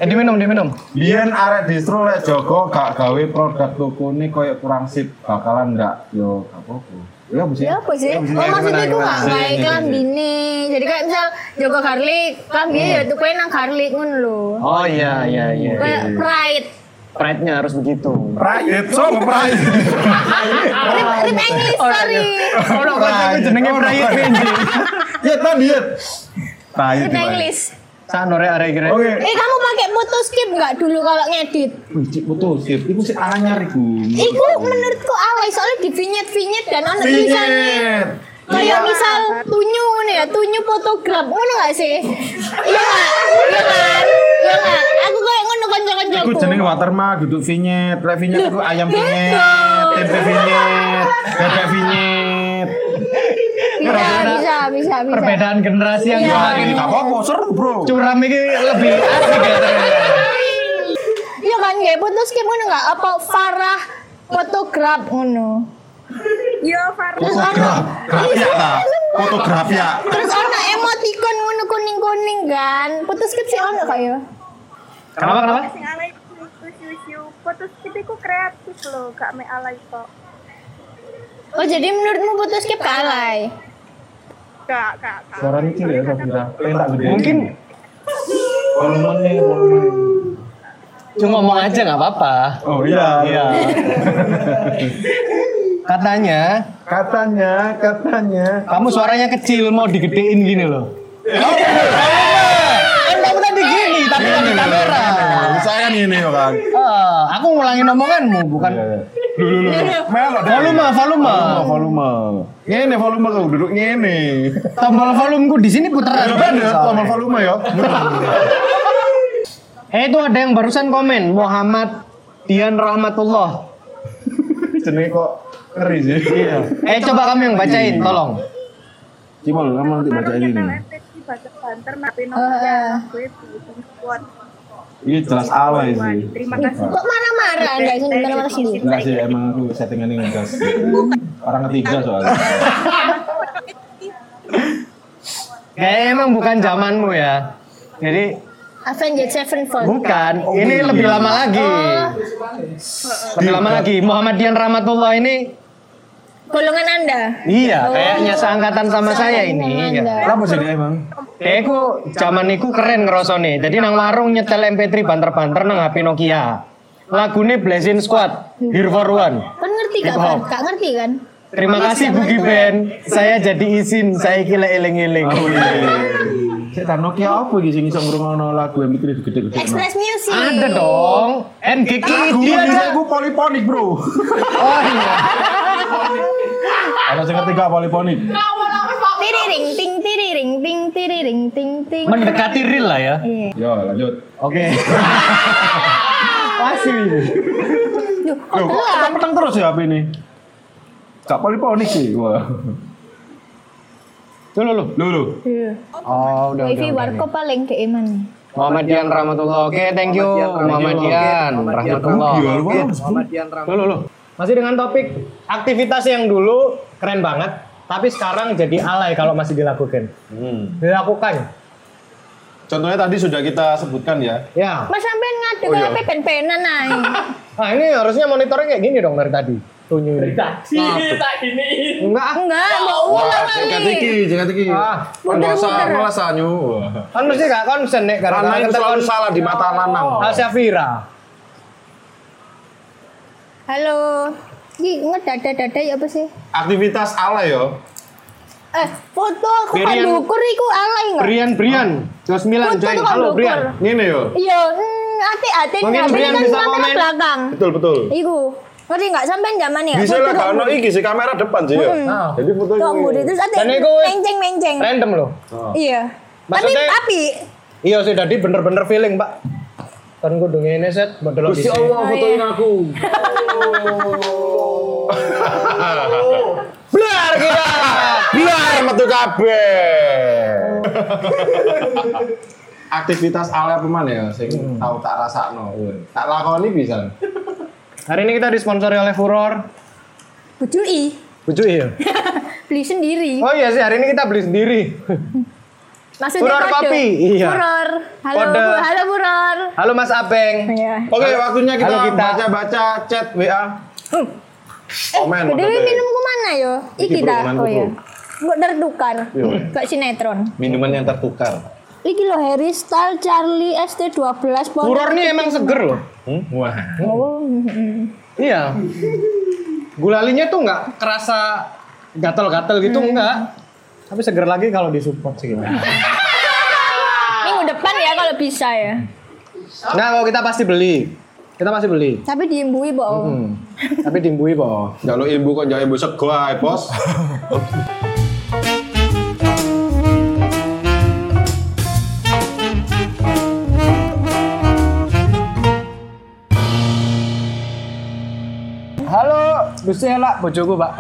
A: Eh, diminum, diminum.
C: Biyen arek distro lek Joko gak gawe produk tukune koyo kurang sip, bakalan ndak yo gak apa-apa. Ya mesti.
B: Ya apa sih? Oh maksudnya aku
C: Iya,
B: gak naik kelambine. Jadi kayak misal Joko garlic, kelambine ya tuh kue nang garlic ngono lho.
A: Oh iya, iya, iya.
B: Kayak pride.
A: pride-nya harus begitu.
C: Pride, so pride.
B: Rip, rip English, sorry.
A: Ono kok jenenge pride pinji.
C: Ya tadi ya. Pride.
B: Rip English.
A: Sano rek arek kira.
C: Oke.
B: Eh kamu pakai foto skip nggak dulu kalau ngedit?
C: Uji putus. Iku sih anyar iku.
B: Iku menurutku alay soalnya di vinyet vinyet dan ono tulisannya.
C: Vinyet.
A: Iya.
B: Kayak misal tunyu nih ya, tunyu fotograf, ngono gak sih? Iya gak? Iya kan? Iya gak? Aku kayak ngono
C: Iku
B: kanca-kancaku. Iya,
C: jenenge watermark, duduk vinyet, lek vinyet iku ayam
B: beda.
C: vinyet, tempe vinyet, bebek vinyet.
B: Bisa, bisa, bisa, bisa.
A: Iya, Perbedaan generasi yang
B: Iya.
A: makin
C: Ini gak apa-apa, seru bro.
A: curam iki lebih asik ya. ternyata.
B: Iya kan, gak foto skip ngono gak? Apa Farah fotograf ngono?
D: Yo Farah.
B: Terus ono
C: Grafik ya, ta? fotograf ya.
B: terus ono emoticon ngono kuning-kuning kan. Foto skip sih ono kok ya.
A: Kenapa kenapa?
D: Sing alay iku siu-siu. Foto skip iku kreatif loh, gak me alay kok.
B: Oh, jadi menurutmu foto skip gak alay?
D: Gak, gak, gak.
C: Suara kecil ya, Safira. Lentak gede.
A: Mungkin
C: Volumenya, volumenya.
A: cuma ngomong aja nggak apa-apa.
C: Oh iya. Iya.
A: Katanya
C: Katanya, katanya.
A: kamu suaranya kecil mau digedein gini loh. Kan kamu tadi gini tapi kan
C: Iya,
A: di kamera.
C: Saya kan ini kan.
A: Eh, aku ngulangin omonganmu
C: Iya,
A: bukan
C: Melok deh.
A: volume volume.
C: Volume, volume. Ngene volume tuh duduk ngene.
A: Tombol volumeku di sini puteran.
C: Coba deh, tombol volume ya.
A: Eh itu ada yang barusan komen Muhammad Dian Rahmatullah.
C: Jenenge kok ngeri sih. Iya.
A: Eh coba kamu yang bacain tolong.
C: Coba lu kamu nanti baca ini.
D: Baca banter napi
B: Heeh.
D: nomornya. Gue butuh kuat.
C: Iya jelas alay sih.
D: Terima kasih.
B: Kok marah-marah enggak sih marah-marah sini?
C: Enggak sih emang aku settingan ini ngegas. Orang ketiga soalnya.
A: Kayaknya emang bukan zamanmu ya. Jadi
B: Avenged Sevenfold.
A: bukan. ini
C: iya.
A: lebih lama lagi.
B: Oh.
A: Lebih lama lagi. Muhammad Dian Rahmatullah ini
B: Golongan Anda.
A: iya
B: Oh.
A: kayaknya seangkatan sama saya ini.
B: Anda.
A: Ya.
C: Kenapa sih dia emang?
A: Deku zaman niku keren ngerosone. Jadi nang warung nyetel MP3 banter-banter nang HP Nokia. Lagune Blazing Squad, Here for One.
B: Kan ngerti gak
A: Hip
B: kan?
A: hop.
B: Gak ngerti kan?
A: Terima kasih Bugi Ben. Saya jadi izin, saya kira eling-eling.
C: Oh iya. Saya tak Nokia apa iki sing iso ngrungokno lagu yang mikir gede-gede.
B: Express Music.
A: Ada dong. NGK
C: Iya,
A: dia ada.
C: aku poliponik, Bro.
A: Oh iya.
C: Ada sing ngerti gak poliponik?
B: Tiriring ting tiriring ting tiriring ting ting.
A: Mendekati real lah ya.
C: Yo, lanjut.
A: Oke. Pasti.
B: Duh,
C: Loh,
B: kok
C: kok
B: pelan?
C: petang terus ya HP ini? Gak poliponik sih. Wah.
A: Tuh lu lu.
C: Lu lu.
B: Duh,
A: Oh, udah.
B: Wifi warko paling ke Iman.
A: Muhammadian Rahmatullah. Oke, thank you Muhammadian Rahmatullah.
C: Iya, lu kan.
E: Muhammadian
A: Tuh lu lu. Masih dengan topik aktivitas yang dulu keren banget, tapi sekarang jadi alay kalau masih dilakukan. Dilakukan.
C: Hmm. Contohnya tadi sudah kita sebutkan ya.
A: Ya.
B: Mas sampean ngadeg oh, HP pen-penan ae.
A: Nah, ini harusnya monitornya kayak gini dong dari tadi. Tunyu ini.
C: Iya.
A: Enggak, ah.
B: Enggak, mau ulang
C: Jangan
B: lagi.
C: tiki, jangan tiki.
A: Ah.
C: Masa
B: Muter-muter.
C: malah sanyu.
A: kan mesti gak konsen nek
C: Karena
A: gara-gara
C: itu selalu
A: ketekan
C: salah di mata lanang.
A: Asyafira.
B: Halo. Iki ngedada-dada ya apa sih?
C: Aktivitas ala yo.
B: Eh, foto aku kan
A: Berian-
B: dukur iku alay enggak?
A: Brian Brian 29 Joy.
B: Betul, tukang
A: Halo
B: dukur.
A: Brian.
C: Ngene yo.
B: Iya, hmm, hati-hati
A: Mungkin
B: nggak
A: Brian
B: kan
A: bisa
B: kamera
A: komen.
B: belakang.
C: Betul, betul.
B: Iku, ngerti nggak sampean zaman ya?
C: Bisa lah kalau iki sih kamera depan sih
B: Hmm.
C: ya.
A: Nah.
C: Jadi foto
B: Tuang budi terus ada
A: Dan iku-
B: menceng-menceng.
A: Random loh.
C: Oh.
B: Iya. Tapi
A: Maksudnya-
B: api.
A: Iya sih tadi bener-bener feeling, Pak. Kan kudu ngene set mbok delok
C: Gusti
A: dhisik.
C: Allah Oh,
B: Oh, iya.
C: fotoin aku.
A: Blar kita.
C: Biar Iya, metu kabeh. Aktivitas ala apa mana ya sing
A: Hmm.
C: tau tak rasakno. Tak lakoni bisa.
A: Hari ini kita disponsori oleh Furor.
B: Bujui.
A: Lucu iya.
B: Beli sendiri.
A: Oh iya sih, hari ini kita beli sendiri.
B: Maksudnya
A: Furor
B: kode.
A: kopi, iya.
B: Furor. Halo,
A: Kode.
B: Bu- halo Furor.
A: Halo Mas Abeng.
B: Iya.
C: Oke, waktunya kita,
A: Halo, kita.
C: baca-baca chat WA.
B: Hmm. Eh,
C: Komen,
B: Btw
C: maksudnya.
B: minum ke mana yo? Iki
C: bro,
B: ta.
C: kemanku,
B: Oh iya.
C: bro.
B: Mbok tertukar.
C: Iya.
B: Kayak sinetron.
C: Minuman yang tertukar.
B: Iki loh Harry Style Charlie ST12 Pondok.
A: Kuror nih emang seger loh.
F: Wah.
B: Oh, mm, mm.
A: Iya. Gulalinya tuh nggak kerasa gatel-gatel gitu nggak. Tapi seger lagi kalau disupport sih.
B: Minggu depan ya kalau bisa ya.
A: Nah, kalau kita pasti beli. Kita pasti beli.
B: Tapi diimbui, Pak. Om.
A: Hmm. Tapi dimbui po.
C: Jaluk ibu kok jaluk ibu sego ae, Bos.
A: Halo, Gusti Elak, bojoku, Pak.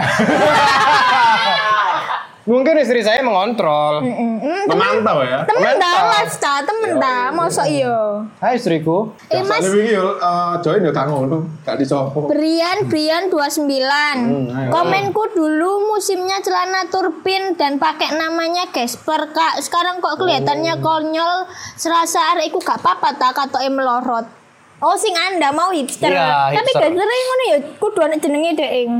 A: Mungkin istri saya mengontrol.
B: Mm, mm.
C: Memantau ya.
B: Temen
A: Mantap.
B: dah, Mas, ta. Temen
C: Iya,
B: dah, mosok iyo.
A: Hai istriku.
B: Eh, Mas,
C: Saat ini yo eh, join yo kang ngono, gak disopo.
B: Brian, Brian 29.
A: Hmm,
B: Komenku dulu musimnya celana turbin dan pakai namanya Gasper, Kak. Sekarang kok kelihatannya
A: Oh.
B: konyol, serasa arek iku gak apa-apa ta katoke melorot. Oh, sing Anda mau hipster.
A: Iya,
B: Tapi
A: hipster.
B: Gasper yang ngono ya kudu ana jenenge dhek. ing.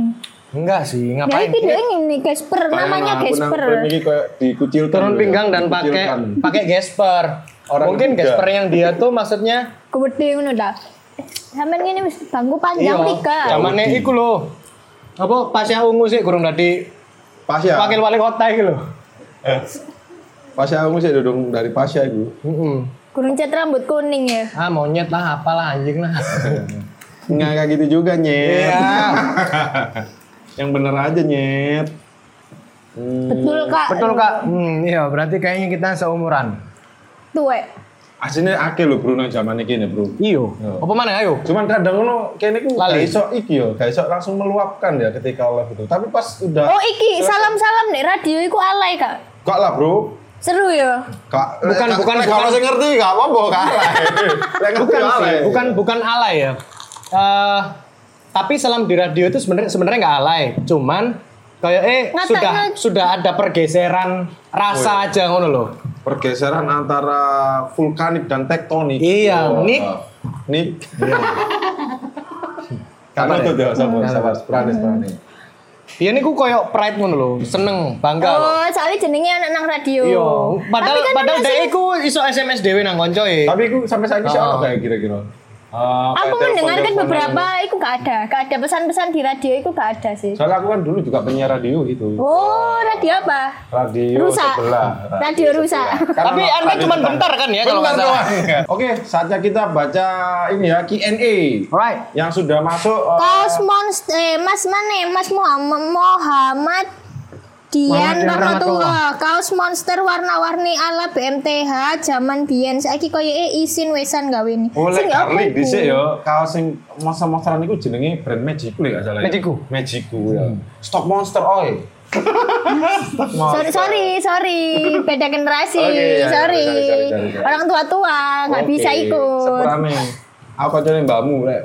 A: Enggak sih,
B: Ya
A: ngapain?
B: iki dhek ini Gasper, namanya
C: Bayang aku nang
B: Gasper.
C: frame iki koyo dikucilkan.
A: Turun
C: yo,
A: pinggang dan
C: dikucilkan.
A: pakai pakai gesper.
C: Iya. Orang
A: Mungkin
C: ketiga.
A: gesper yang dia tuh maksudnya
B: Gede ngono ta. Sampeyan ngene wis bangku panjang tiga.
A: Zamane iya, iku lho. Apa pasnya ungu sih kurang tadi
C: Pasya.
A: wakil wali kota iki lho.
C: Pasya aku sih dudung dari Pasya iku.
A: Heeh.
B: Kurung cat rambut kuning ya.
A: Ah monyet lah, apalah anjing lah.
C: Enggak kayak gitu juga, Nyet.
A: Iya.
C: Yang bener aja, Nyet. Hmm.
B: Betul, Kak.
A: Betul Kak. Hmm, iya, berarti kayaknya kita seumuran.
B: Tuwek.
C: Aslinya akeh lho Bruno zaman iki nih, Bro.
A: Iyo. Iya. Apa mana ayo?
C: Cuman kadang ngono kene ku
A: Lali.
C: gak iso iki yo, gak iso langsung meluapkan ya ketika live itu. Tapi pas udah
B: Oh iki salam-salam nek radio iku alay kak.
C: kok lah, Bro.
B: Seru ya.
C: Kak,
A: Bukan,
C: lek-
A: bukan,
C: lek
A: bukan.
C: Kalau sing ngerti gak apa-apa, gak lah. Lek ngerti
A: Bukan
C: gak
A: sih,
C: lah.
A: bukan bukan alay ya. Eh, tapi salam di radio itu sebenarnya sebenarnya nggak alay, cuman kayak eh
B: Ngatanya-
A: sudah sudah ada pergeseran rasa aja ngono loh.
C: pergeseran antara vulkanik dan tektonik.
A: Iya, Nick.
C: Nik. Karena
A: Sabar
C: itu
A: ya?
C: dia sabar,
A: Hmm.
C: sabar, berani, berani.
A: Iya niku koyok pride ngono loh, seneng, bangga. loh.
B: Oh, soalnya jenenge anak nang radio.
A: Iya, padahal
B: Tapi kan
A: padahal
B: masih-
A: dek iku iso SMS dhewe nang konco e.
C: Tapi aku sampai saat ini sih
A: Oh.
C: ono kayak kira-kira. Ah, kayak
B: Aku
C: telepon-
B: mendengarkan
C: teleponan.
B: beberapa iku gak ada. Gak ada pesan-pesan di radio iku gak ada sih.
C: Soalnya aku kan dulu juga penyiar radio gitu.
B: Oh, radio apa?
C: Radio
B: Rusak.
C: sebelah.
B: Radio
C: Iya,
B: rusak.
C: Karena
A: Tapi
C: kan ono
A: Anda
C: radio
A: cuma
C: tetangga.
A: bentar kan ya kalau
C: Bentar
A: nggak salah.
C: doang. Oke, saatnya kita baca ini ya Q&A
A: Alright.
C: yang sudah masuk. eh,
B: Kosmons eh, Mas mana? Mas Muhammad Muhammad Dian
A: Muhammad Dian
B: Rahmatullah, kaos monster warna-warni ala BMTH zaman biyen saiki koyoke isin wesan gawe ini.
C: Oleh
B: Sing ya apa
C: Karlik
B: iku?
C: Oh, dhisik ya, kaos sing monster-monsteran iku jenenge brand Magiku lek gak salah. ya?
A: Magiku.
C: Magiku ya. Stok monster oi. Stok monster.
B: Sorry, sorry, sorry, beda generasi,
C: Oh, Oke, iya, iya,
B: sorry.
C: sorry, sorry, sorry, sorry.
B: Orang tua-tua nggak
C: ya. Oke,
B: bisa ikut.
C: Sepurane. Aku kacone mbamu lek.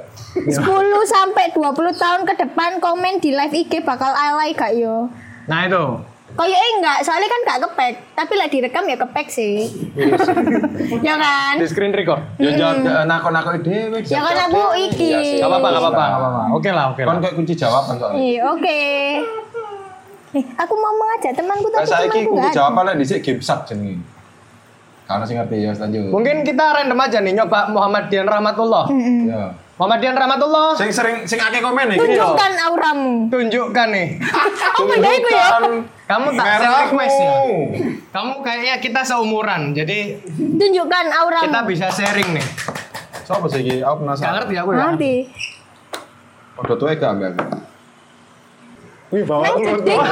B: 10 sampai 20 tahun ke depan komen di live IG bakal alay gak yo?
A: Nah itu.
B: Kayak eh enggak, soalnya kan gak kepek, tapi lah direkam ya kepek sih.
C: Iya
B: ya kan?
A: Di screen record.
C: Ya jangan nakon-nakon dhewe.
B: Hmm.
C: Iya,
B: Ya kan aku iki.
A: Gak apa-apa, gak apa-apa, gak apa-apa. Oke lah, oke lah.
C: Kon Kan kayak kunci jawaban soalnya.
B: Iya, oke. Eh, aku mau mengajak temanku tapi
C: Kayak Eh, saiki
B: temanku
C: kunci
B: enggak.
C: jawaban lek dhisik game sub jenenge. Karena sing ngerti ya lanjut.
A: Mungkin kita random aja nih nyoba Muhammad Dian Rahmatullah.
C: Ya.
A: Muhammad Dian Rahmatullah.
C: Sing sering sing akeh komen iki.
B: Tunjukkan auramu.
A: Tunjukkan nih.
B: Oh, beda iku ya.
A: Kamu tak
C: Merah
A: sering request ya.
C: aku.
A: Kamu kayaknya kita seumuran, jadi
B: Tunjukkan auramu.
A: kita bisa sharing nih.
C: Sopo sih iki?
A: Gak
C: Aku penasaran.
A: ngerti aku ya.
B: Ngerti.
C: Podo tuwe gak ambek aku. Wih, bawa
B: Nang jeding, Om.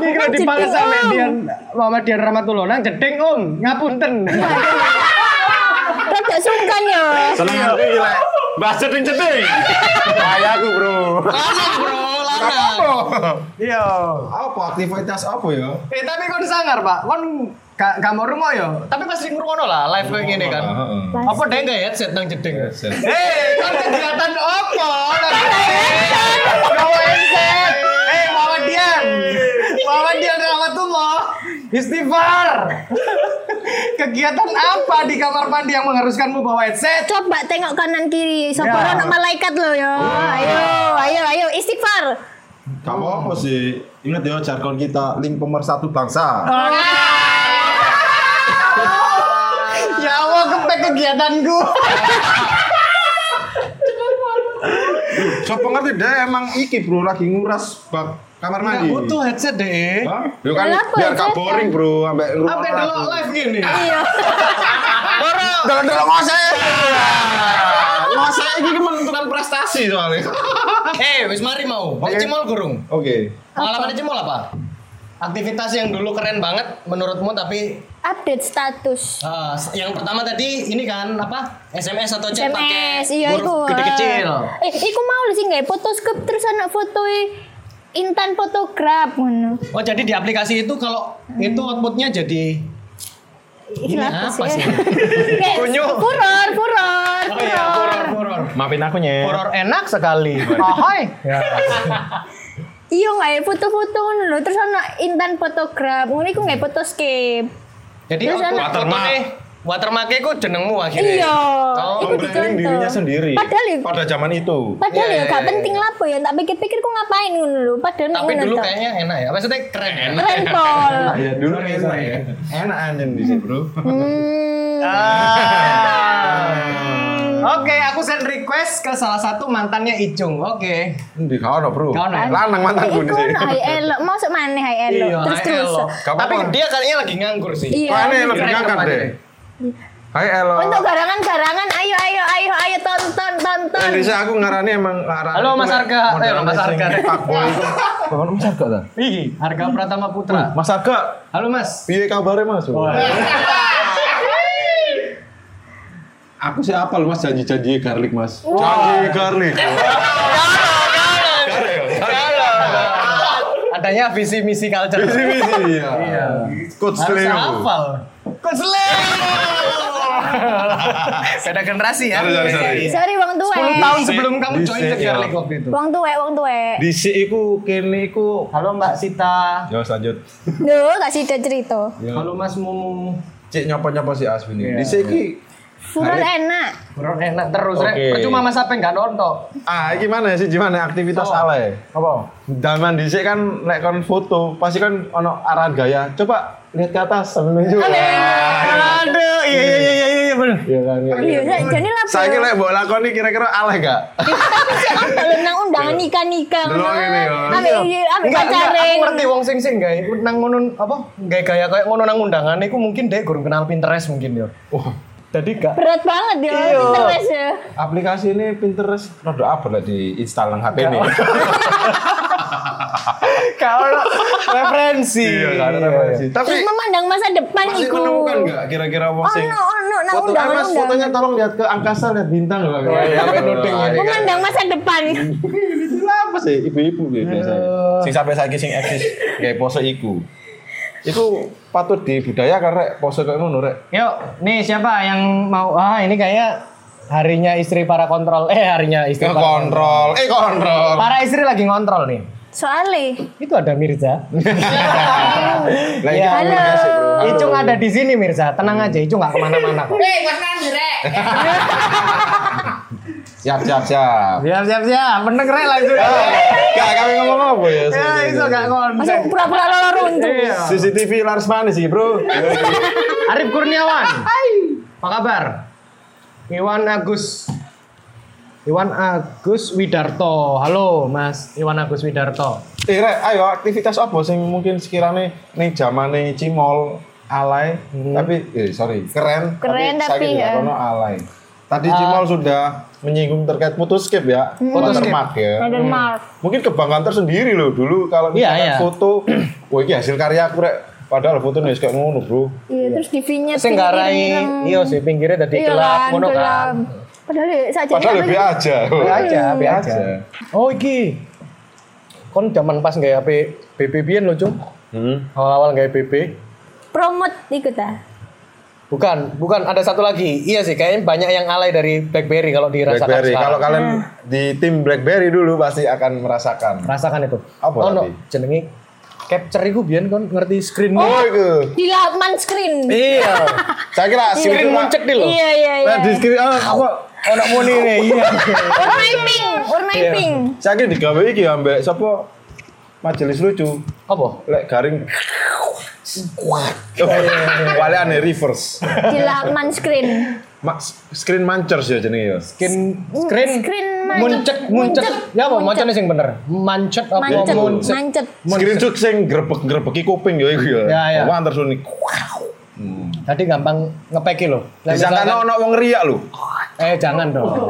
A: Ini kalau dipaksa sama Dian Muhammad Dian Rahmatullah nang jeding om, ngapunten.
B: Rada sungkan ya.
C: Seneng aku iki lek. Mbah jeding jeding. Kayak aku, Bro.
A: Lanang bro, lanang. Iya.
C: Apa aktivitas apa ya?
A: Eh tapi kon sangar pak, kon gak gak mau rumah yo. Tapi pasti ngurungono lah live kayak gini kan.
C: Heeh.
A: Apa deh nggak headset nang jeding?
C: Headset.
A: Eh, kon kegiatan opo? nang jeding? Gawa Kan headset. Eh, Muhammad Dian, Muhammad Dian Rahmatullah, istighfar. Kegiatan apa di kamar mandi yang mengharuskanmu bawa headset?
B: Coba tengok kanan kiri. Sopo
A: Ya.
B: anak malaikat lo ya. Ayo, ayo, ayo istighfar.
C: Kamu apa sih?
F: Ah.
C: Ingat ya jargon kita link pemersatu bangsa.
B: Ah.
A: Capek Ya kegiatanku.
C: Sopo ngerti deh emang iki bro lagi nguras bak kamar
A: Nggak
C: mandi.
A: butuh headset deh.
C: Hah? Yo kan
B: Lah, apa
C: biar
B: ya,
C: gak
B: Cep?
C: boring bro ambek rumah.
A: Sampai delok live gini.
B: Iya.
A: Ora.
C: Delok-delok ngosek. Ngosek iki kan menentukan prestasi soalnya.
A: Eh, wis mari mau. Nek
C: Oke.
A: cemol gurung.
C: Oke.
A: Pengalaman cemol apa? Aktivitas yang dulu keren banget menurutmu tapi
B: Update status.
A: eh, yang pertama tadi ini kan apa? SMS atau chat pakai
B: SMS iya
A: huruf
B: iku.
A: Kecil-kecil.
B: Eh, iku mau lho sih nggawe photoscope terus ana fotoe intan fotograf ngono.
A: Oh, jadi di aplikasi itu kalau itu outputnya jadi
B: Ini
A: apa sih?
B: Kayak
A: Kunyuk. Oh, iya,
B: Furor, furor, furor.
A: horor, horor.
F: Maafin aku nye.
C: Ya.
A: Horor enak sekali. Ahoy.
B: Iya nggawe foto-foto ngono lho terus ana intan fotograf. Ngono iku nggawe photoscape.
A: Jadi
B: Terus
A: output
B: anak-
A: watermark. Watermark ku jenengmu akhirnya.
B: Iya.
A: Oh,
B: Iku
C: Branding dirinya sendiri.
B: Padahal ya-
C: pada zaman itu.
B: Padahal
A: Iya,
B: ya gak
A: iya,
B: penting lah boy, tak pikir-pikir ku ngapain ngono lho. Padahal nek
A: Tapi
B: ngono
A: dulu
B: tok.
A: kayaknya enak ya. Maksudnya keren.
B: Iya, Keren pol.
C: Ya dulu enak ya. Enak anjing di situ bro.
B: Hmm.
A: Ah. Oke, aku send request ke salah satu mantannya Icung. Oke.
C: Di kawan bro.
A: Kawan, ya?
C: Lanang mantan
B: Iku
C: gue di sini.
B: ono hai elok, masuk maneh hai elok. Terus
A: hai,
B: terus.
A: Iya, elo.
C: Gak
A: Tapi
C: apa-apa.
A: dia kayaknya lagi nganggur sih.
B: Iya.
C: Wah ini lebih
A: Keren
C: ngangkat
A: depannya
C: deh.
A: deh.
C: Hai Elo.
B: Untuk garangan-garangan, ayo, ayo, ayo, ayo, tonton, tonton.
C: Indonesia aku ngarani emang ngarani.
A: Halo, Mas Arga. Eh,
C: Modelan
A: Mas
C: sing
A: Arga.
C: fuckboy itu. Kawan Mas Arga ta?
A: Ih, harga
B: Iya.
A: Pratama Putra.
C: Mas Arga,
A: Halo, Mas.
C: piye kabare Mas? Aku sih apa lu Mas janji-janji garlic Mas. Janji garlic.
A: Adanya visi misi culture.
C: Visi visi ya. Coach
A: Iya. Harus
C: Leo.
A: hafal. Kusleo. Beda generasi ya.
C: Sorry, sorry, sorry.
B: Sorry, wong tuwe.
A: 10 tahun sebelum kamu
C: Di-
A: join
C: di-
A: The
C: iya.
A: Garlic waktu itu.
B: Wong tuwe, wong tuwe.
C: Dhisik iku kene iku.
A: Halo Mbak Sita.
C: Ya wis, lanjut.
B: Duh, gak sida cerita.
A: Halo Mas Mumu. Iya.
C: Cek nyopo-nyopo si Aswin ini. Dhisik iki
B: Furor enak.
A: Kurang enak terus,
C: Oke.
A: Rek. Percuma Mas Apen gak nonton.
C: Ah, iki mana sih gimana aktivitas
A: Apa?
C: ala ya? Apa? Zaman dhisik kan lek kon foto, pasti kan ono arahan gaya. Coba lihat ke atas sambil nunjuk.
A: Aduh, iya iya iya iya iya bener.
C: Iya kan. iya.
B: Iya, jadi lah.
C: Saya kira mbok lakoni kira-kira aleh gak?
B: Tapi sih apa lho nang undangan
A: Iya.
B: nikah-nikah.
C: Delok ngene, ya.
B: Ambil iya, ambil
A: Enggak, enggak,
B: pacare.
A: aku ngerti wong sing sing gawe nang ngono apa gawe gaya kayak ngono nang undangan iku mungkin dhek gurung kenal Pinterest mungkin yo.
C: Wah,
A: Jadi gak
B: Berat banget ya,
A: Iya.
B: Pinterest ya.
C: aplikasi ini Pinterest rada apa lah di install nang HP ini.
A: kalau referensi.
C: Iya, gak ada referensi. Tapi
B: Terus memandang masa depan Oh,
C: masih
B: iku.
C: menemukan gak kira-kira wong sing
B: Ono, ono, nang
C: Foto, eh, mas fotonya
B: undang-undang.
C: tolong lihat ke angkasa lihat bintang loh.
A: Iya, iya, sampai nuding ini.
B: Memandang masa depan.
C: Hmm. Itu apa sih ibu-ibu gitu biasanya. Sing sampai saiki sing eksis kayak pose iku. Itu patut dibudayakan rek pose kayak ngono rek.
A: Yuk, nih siapa yang mau ah ini kayaknya harinya istri para kontrol. Eh, harinya istri
C: Ke
A: para kontrol.
C: kontrol, eh kontrol.
A: Para istri lagi ngontrol nih.
B: Soale.
A: Itu ada Mirza.
C: Lah ini
A: Iya.
C: komunikasi, Oh, bro. Halo.
A: Icung ada di sini Mirza, tenang aja, Icung nggak kemana-mana kok.
C: Siap siap siap.
A: Siap siap siap, meneng rek langsung.
C: Gak kami ngomong apa ya?
A: Ya itu gak konten.
B: Masuk pura-pura lolo runtuh.
A: Iya.
C: CCTV Lars Manis sih bro.
A: Arif Kurniawan. Apa kabar? Iwan Agus. Iwan Agus Widarto. Halo Mas Iwan Agus Widarto.
C: eh Rek, ayo aktivitas apa sing mungkin sekiranya nih zamane cimol alay tapi eh sorry keren
B: Keren, tapi,
C: saya
B: ya.
C: kono alay. Tadi cimol sudah menyinggung terkait skip ya,
B: Hmm.
C: watermark ya.
B: Ada Iya, mark.
C: Mungkin kebanggaan tersendiri loh dulu kalau
A: Iya,
C: misalkan
A: iya.
C: foto, wah ini hasil karya aku rek. Padahal foto nih kayak ngono bro.
B: Iya, terus di vinyet
A: Sing garai iya sih pinggirnya tadi gelap ngono kan.
B: Padahal ya saja
C: Padahal lebih aja.
A: Be aja, be
C: Biasa.
A: aja. Oh iki. Kon zaman pas nggak HP BB biyen lho, Cung.
C: Hmm.
A: Awal-awal nggak BB.
B: Promot ikut ah.
A: Bukan, bukan ada satu lagi. Iya sih, kayaknya banyak yang alay dari BlackBerry kalau dirasakan
C: Blackberry.
A: sekarang.
C: Kalau kalian di tim Blackberry dulu pasti akan merasakan.
A: rasakan itu.
C: Apa
A: Ono
C: tadi?
A: jenenge capture iku biyen kon ngerti screen
C: Oh, itu.
B: Di laman screen.
A: Iya.
C: Saya kira
A: screen
C: screen
A: muncek di lo.
B: Iya, iya, iya.
C: Nah, di screen ah, apa?
A: Ono muni ne, iya.
B: Warna pink, warna pink.
C: Saya kira digawe iki ambek sapa? Majelis lucu.
A: Apa?
C: Lek garing. Oh, iya, Kuat. Wale ane reverse.
B: Di laman screen.
C: Ma- screen mancers ya jenenge ya.
A: Skin screen,
B: Screen
A: muncet muncet.
B: mancet.
A: Ya apa
B: Muncet.
A: mancetnya sing bener? Mancet apa
B: Mancet,
A: muncet?
B: mancet.
C: Screen tuh sing grebek-grebeki kuping ya iku ya.
A: Ya, ya.
C: Wah, antar suni.
A: Tadi gampang ngepeki loh. Lah,
C: Disangkane
A: misalkan-
C: ono wong riak lho.
A: Eh jangan dong.